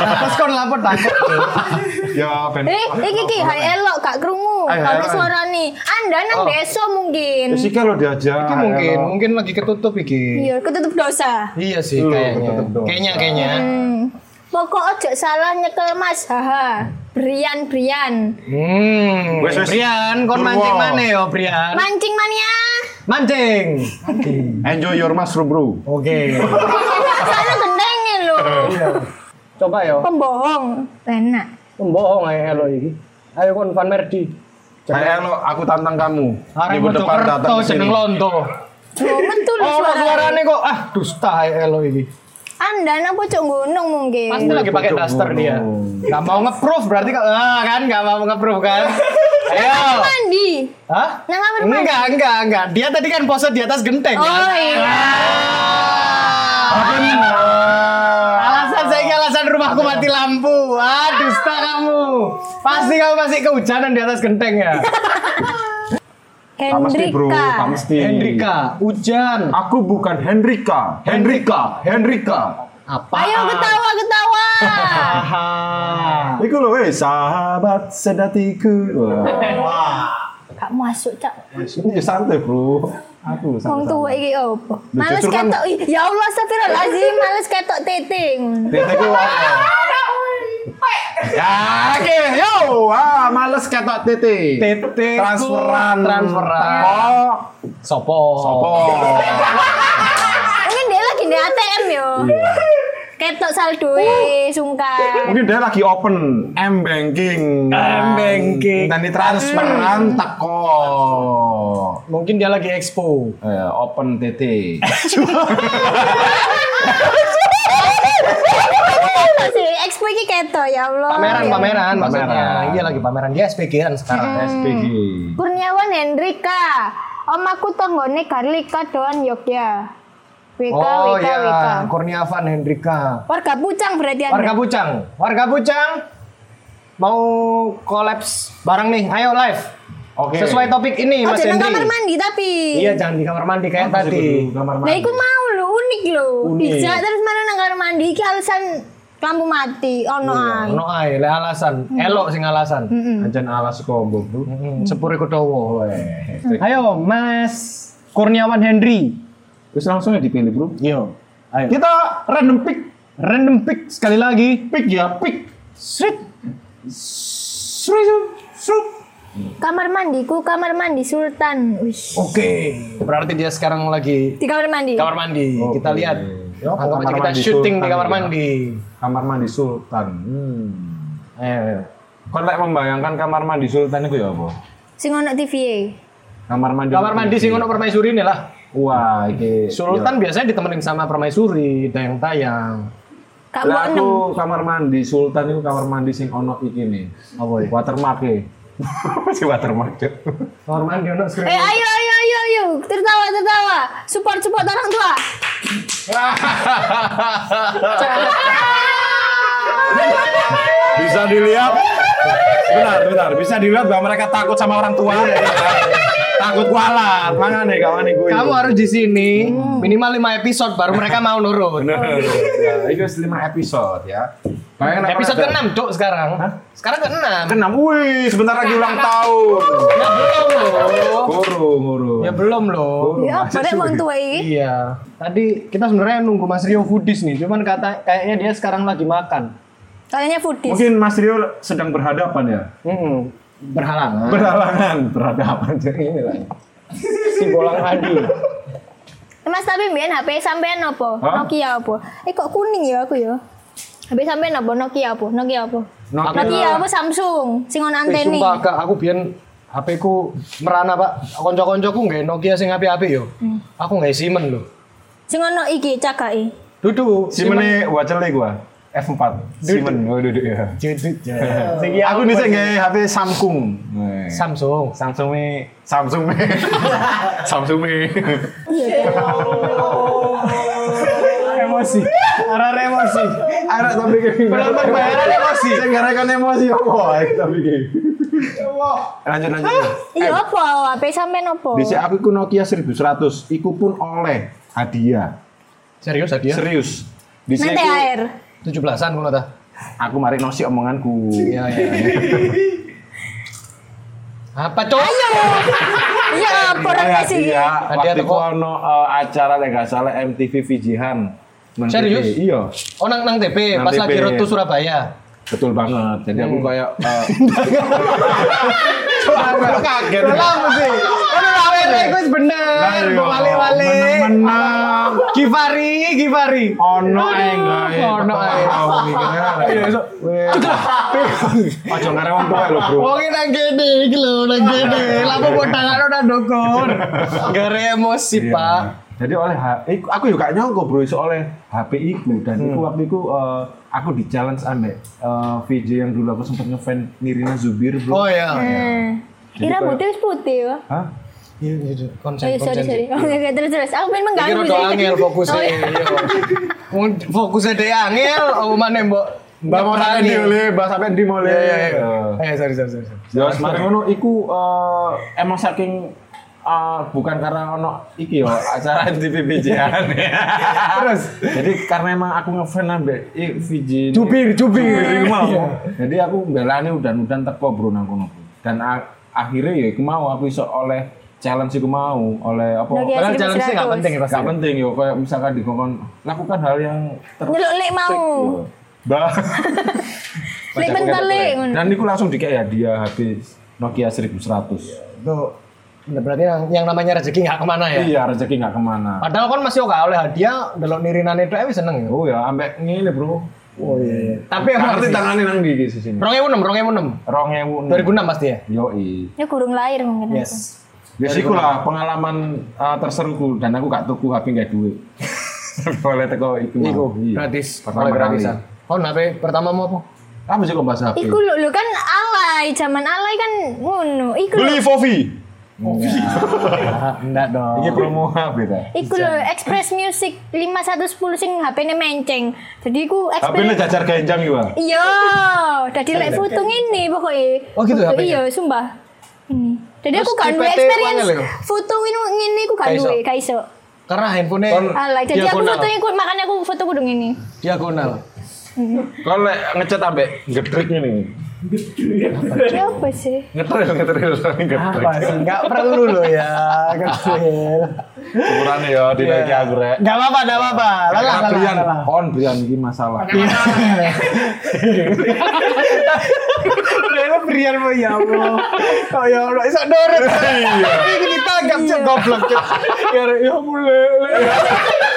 A: Pas kon lapor takut.
C: Ya ben.
B: Eh, iki iki hai elok gak krungu.
C: Ayo,
B: Gak ada
C: ayo,
B: suara nih. Anda nang
C: Oh.
B: deso mungkin.
C: Ya Sih kalau diajak.
A: Ini mungkin,
C: ayo.
A: mungkin lagi ketutup iki.
B: Iya, ketutup dosa.
A: Iya sih
C: Iya,
A: kayaknya.
C: ketutup dosa.
A: Kayaknya kayaknya.
B: Hmm. Pokok ojo salah nyekel Mas. Haha. Brian Brian.
A: Hmm.
C: Wes, wes.
A: Brian, kon
C: Durwo.
A: mancing mana yo, Brian?
B: Mancing mania.
A: Mancing.
C: Enjoy your mushroom bro.
A: Oke.
B: Salah gendengnya lho.
C: Eh.
A: Coba yo.
B: Pembohong. Enak.
A: Pembohong ae lo iki. Ayo kon Van Merdi.
C: Kayak lo, aku tantang kamu.
A: Arek
C: Minggu depan datang
A: Mojokerto
C: ke sini.
A: jeneng lonto.
B: Oh, betul
A: Oh,
B: suara.
A: suarane kok ah dusta ae lo iki.
B: Anda nang pucuk gunung mungkin.
A: Pasti lagi pakai daster dia.
C: gunung.
A: Gak mau nge-proof berarti kalau ah, kan gak mau nge-proof kan. Ayo.
B: Mandi.
A: Hah?
B: Nang kamar mandi.
A: Enggak, enggak, enggak. Dia tadi kan pose di atas genteng.
B: Oh
A: kan?
B: iya.
A: Ah. Alasan saya ini alasan rumahku mati lampu. Ah, dusta kamu. Pasti kamu masih kehujanan di atas genteng ya.
C: Gak mesti bro,
B: Hendrika.
C: gak
A: Iya.
C: mesti.
A: Hendrika, hujan.
C: Aku bukan Hendrika, Hendrika, Hendrika.
A: Apa?
B: Ayo ketawa ketawa.
A: Ah.
C: Iku loh, eh sahabat sedatiku. Wah,
B: Gak masuk cak.
C: ini ya santai bro. Aku ya
B: Wong
C: santai.
B: tuwa iki opo? Males
C: justru kan-
B: ketok. Ih, Ya Allah astagfirullahalazim, males ketok teteng.
C: Teteku apa? Ya, oke, yo, ah, males ketok tete.
A: Tete
C: Transferan, Oh,
A: transferan.
C: Teko,
A: Sopo.
C: sopo.
B: Mungkin dia lagi di ATM yo. Ketok saldo e, sungkan.
C: Mungkin dia lagi open M banking.
A: M-banking.
C: Dan di
A: Hmm.
C: transferan teko.
A: Mungkin dia lagi expo.
C: Eh, open TT.
B: Masih expo iki ketok ya Allah.
A: Pameran,
B: Ya
A: pameran, Iya. maksudnya.
C: Pameran.
A: Iya lagi pameran. Dia SPG-an sekarang.
C: SPG.
A: Hmm.
B: Kurniawan Hendrika. Om aku tanggone garlic kadoan Yogya. WK,
A: oh
B: WK,
A: ya,
B: WK.
A: Kurniawan Hendrika.
B: Warga Pucang berarti Anda.
A: Warga Pucang, warga Pucang mau kolaps bareng nih, ayo live.
C: Oke.
A: Sesuai topik ini
B: Oh,
A: Mas
B: jangan
A: Hendri.
B: kamar mandi tapi.
A: Iya, jangan di kamar mandi kayak
C: Masuk
A: tadi.
C: dulu kamar
B: Nah,
C: mandi.
B: iku mau lo unik lo. Dijak terus mana nang kamar mandi iki alasan lampu mati ono ae.
A: Iya, Ono ae le alasan, elok sing alasan.
C: Anjan alas kombong tuh.
A: Mm, Sepure kudowo.
C: Weh.
A: Ayo Mas Kurniawan Hendri.
C: Terus langsung ya dipilih bro.
A: Yo. Iya. Ayo.
C: Kita random pick,
A: Random pick sekali lagi.
C: pick ya pick.
A: Srit.
B: Kamar mandiku kamar mandi Sultan. Wis.
A: Oke. Berarti dia sekarang lagi
B: Di kamar mandi.
A: Oh. kamar mandi.
C: Oke.
A: Kita lihat.
C: Ya,
A: Atau
C: kamar
A: kita
C: mandi
A: syuting di
C: Sultan
A: kamar
C: ya.
A: mandi.
C: Kamar mandi Sultan. Hmm.
A: Ayo, ayo.
C: Kau lek membayangkan kamar mandi Sultan itu ya apa?
B: Sing ono TV -e.
C: Kamar mandi.
A: Kamar mandi Iya. sing ono permaisuri ini lah.
C: Wah, iki.
A: Sultan biasanya ditemenin sama permaisuri, tayang-tayang.
B: Gak
C: Lah,
B: mau
C: aku
B: enam.
C: kamar mandi Sultan itu kamar mandi sing ono iki nih.
A: Apa ya?
C: Watermark e. Si watermark. Cuk.
A: Kamar mandi ono
B: Eh ayo ayo ayo ayo tertawa tertawa support support orang tua.
C: Bisa dilihat. Benar, benar. Bisa dilihat bahwa mereka takut sama orang tua. iya. takut kualat. Mana nih kawan gue?
A: Kamu harus Oh. di sini minimal 5 episode baru mereka mau nurut.
C: Benar. Ya, Itu 5 episode ya. Kalian apa
A: Episode
C: ada-
A: ke-6, Dok, sekarang. Sekarang ke-6.
C: Keenam. Wih, sebentar lagi ulang tahun.
A: Ya belum loh.
C: Kurung, kurung.
A: Ya belum loh.
B: Ya pada orang tua ini.
A: Iya. Tadi kita sebenarnya nunggu Mas Rio Foodies nih, cuman kata kayaknya dia sekarang lagi makan.
B: Kayaknya foodies.
C: Mungkin Mas Rio sedang berhadapan ya.
A: Mm-mm. Berhalangan.
C: Berhalangan, berhadapan jadi ini lah.
A: si bolang adi.
B: Eh, Mas tapi mbien HP sampean apa?
C: Hah?
B: Nokia apa? Eh kok kuning ya aku ya? HP sampean apa? Nokia apa? Nokia apa?
A: Nokia.
B: Nokia apa Samsung? Sing ono
A: Eh,
B: anteni.
A: sumpah kak, aku biar HP ku merana pak. Konco-koncoku nggak Nokia sing HP HP yo. Aku nggak Simen loh.
B: Sing ono iki cagake.
A: Duduk.
C: Simene wacele gua. F4. Simen, oh duduk ya.
A: Judut ya.
C: aku bisa nggak HP Samsung. Weh.
A: Samsung.
C: Samsung e. me, Samsung me, Samsung e. me.
B: Iya,
A: Emosi. Arah emosi.
C: Ada tapi kayak belum
A: berbayar
C: emosi. Saya nggak rekan emosi apa? Tapi kayak. Lanjut lanjut.
B: Iya apa? HP sampean apa?
C: Di aku ku Nokia 1100, iku pun oleh hadiah.
A: Serius
C: Ya.
A: hadiah?
C: Serius. Di
B: Nang THR.
A: Tujuh belasan kalau tak.
C: aku mari nosi omonganku.
A: Iya iya. Apa cowok?
B: Iya apa orang
C: Iya,
B: sih?
C: iya.
A: Hadiah
C: Waktu
A: teko.
C: itu ono eh, acara lek gak salah MTV Vijihan. Nang
A: Serius?
C: TV. Iya,
A: Oh nang nang TP.
C: Nang
A: Pas
C: TP.
A: lagi road to Surabaya.
C: betul banget. Jadi aku
A: Hmm.
C: kayak eh, aku kaget. iya.
A: sih. Aduh, apa itu bener.
C: Lah, iya. Menang-menang.
A: Givari, Givari.
C: Ono ae gawe.
A: ono ae. Iya,
C: Ojo ngare wong tuwa lho, Bro.
A: Wong iki nang kene iki lho, nang kene. Lapo padha karo nang dukun. Gara emosi,
C: Iya.
A: Pak.
C: Jadi oleh H- eh, aku juga gak nyangka bro iso oleh HP iku dan
A: Hmm.
C: iku waktu iku eh, aku di challenge ambek eh, VJ yang dulu aku sempat ngefan Nirina Zubir bro.
A: Oh ya.
B: Eh.
C: Jadi
B: Ira
C: kayak-
B: putih wis putih ya.
C: Hah?
B: Oh,
A: Konsen,
B: iya, sorry, sorry.
A: konsen.
B: Oke, oke, terus, terus. Aku pengen
A: Iki
B: mengganggu.
A: rada
B: sih.
A: angel fokusnya.
B: Oh, iya.
A: iya. Wong Fokusnya deh angel, omane mbok.
C: Mbak mau sampe
A: Perangi.
C: di oleh, Mbak sampe di oleh.
A: Iya, iya, iya. Eh, sorry, sorry, sorry.
C: Ya, kemarin ngono iku eh, emang saking eh, bukan karena ono iki yo acara MTV VJ an Terus jadi karena emang aku ngefan ambek i- VJ.
A: Jubir, jubir.
B: Iya,
C: mau. Jadi aku belani udan-udan teko bro nang kono. Bro. Dan a- akhirnya ya aku mau aku iso oleh challenge iku mau oleh apa
B: Nokia
A: Padahal challenge sih nggak
B: 1100.
A: penting pasti.
C: Gak penting yo kayak misalkan dikongkon lakukan hal yang ter-
B: Nyeluk lek mau.
C: Yo. Bah.
B: Lek bentar
A: ya?
B: lek ngono.
A: Nah.
C: Dan iku langsung dikei hadiah HP Nokia 1100.
A: Itu berarti yang, yang namanya rezeki nggak kemana ya?
C: Iya, rezeki nggak kemana.
A: Padahal kan masih oke oleh hadiah, delok nirinane tok wis seneng ya.
C: Oh ya, ambek ngene bro.
A: Oh iya. Tapi yang pasti
C: Berarti tangannya Hmm. nang di sini. sini.
A: 2006, 2006.
C: Rong ewu.
A: 2006 pasti ya.
C: Yo i.
B: Ya kurung lahir mungkin. aku.
C: Ya sih lah pengalaman uh, terseruku dan aku gak tuku HP gak duit. Boleh teko iku. mau.
A: Iku
C: Iya.
A: gratis,
C: Pertama
A: oleh
C: kali.
A: gratisan. Oh, nape pertama mau apa?
C: Kamu sih kok bahas HP.
B: Iku lho, lho kan alay, zaman alay kan ngono. Iku lho.
C: Fovi.
A: Ah, Enggak dong.
C: Ini promo HP ta.
B: Iku lho Express Music 5110 sing HP-ne menceng. Jadi iku
C: Tapi ini
B: Express
C: jajar ganjang iki, Pak.
B: Iya, dadi lek foto ngene pokoke.
A: Oh, gitu
B: Foto-
A: HP-nya?
B: Iya, sumpah. Ini. Jadi
A: Terus
B: aku gak duwe
A: IPT
B: experience
A: uangnya lho.
B: foto ngene ngene aku gak
A: Gak iso. Iya,
B: duwe, gak iso.
A: Karena handphonenya
B: Alah, jadi aku
A: diagonal.
B: foto ikut makanya aku foto kudu ngene.
A: diagonal.
C: Kalau lek ngecat ambek gedrik ini.
B: Ya apa sih?
C: Ngetril ngetril
A: Apa
C: gedrik.
A: sih? Enggak perlu loh ya. Kecil.
C: Ukurannya ya dinaiki aku rek.
A: Enggak apa-apa, enggak apa-apa. Lelah,
C: Kayak
A: lelah,
C: Brian,
A: lelah.
C: on Brian ini masalah.
A: Lelah berian mau ya Allah. Oh ya Allah, isak doret. Ini ditangkap cek goblok cek. Ya ya mulai.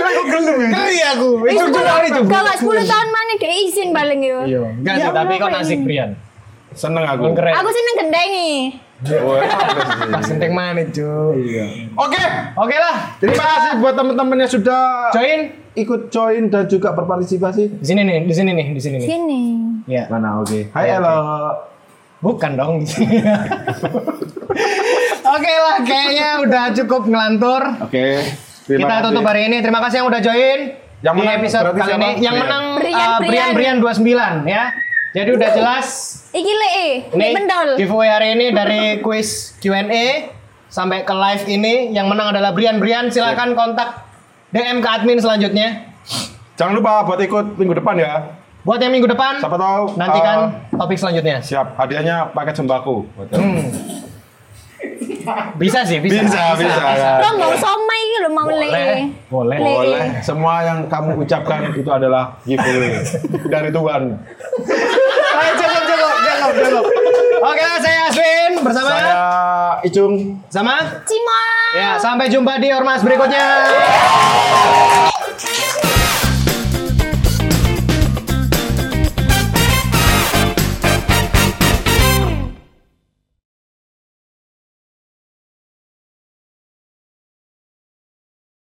A: Aku gelem ya. Geli
C: Iya,
A: aku. Itu juga ini juga.
B: Kalau 10 tahun mana dia izin paling yo.
A: Iya, enggak sih,
B: Ya
A: tapi
B: Allah,
A: kok
B: ini.
A: nasib Brian.
C: Seneng aku.
A: Wong keren.
B: Aku seneng gendengi.
C: Wah,
A: Pas enteng mana, cuy.
C: Oke,
A: Oke lah,
C: Iya. terima kasih buat teman-teman yang sudah
A: join
C: ikut join dan juga berpartisipasi.
A: di sini nih, di sini nih, di sini nih.
B: Sini.
A: Ya.
C: Mana oke. Hai Elo.
A: Bukan dong. Oke lah, kayaknya udah cukup ngelantur.
C: Oke. terima
A: Kita
C: kasih.
A: tutup hari ini. Terima kasih yang udah join.
C: Yang
A: di
C: menang
A: episode
C: berarti
A: kali
C: siapa?
A: ini yang
C: Brian.
A: menang
B: Brian,
A: uh, Brian
B: Brian.
A: Brian 29 ya. Jadi udah jelas
B: Iki le, e,
A: nih
B: mendol.
A: giveaway hari ini dari quiz Q&A sampai ke live ini yang menang adalah Brian Brian. Silakan kontak DM ke admin selanjutnya.
C: Jangan lupa buat ikut minggu depan ya.
A: Buat yang minggu depan
C: Siapa tahu
A: nantikan
C: eh,
A: topik selanjutnya.
C: siap hadiahnya paket sembako.
A: Bisa sih, Hmm, bisa.
C: Bisa, bisa, ya.
B: Rombong somai iki lho mau
A: Boleh,
B: le. e.
A: boleh.
B: Le. e.
C: Boleh. Semua yang kamu ucapkan itu adalah giveaway dari Tuhan.
A: Ayo, cukup, cukup, cukup, cukup. Oke, saya Aswin bersama
C: Saya Icung.
A: sama
B: Cimol.
A: Ya, sampai jumpa di ormas berikutnya.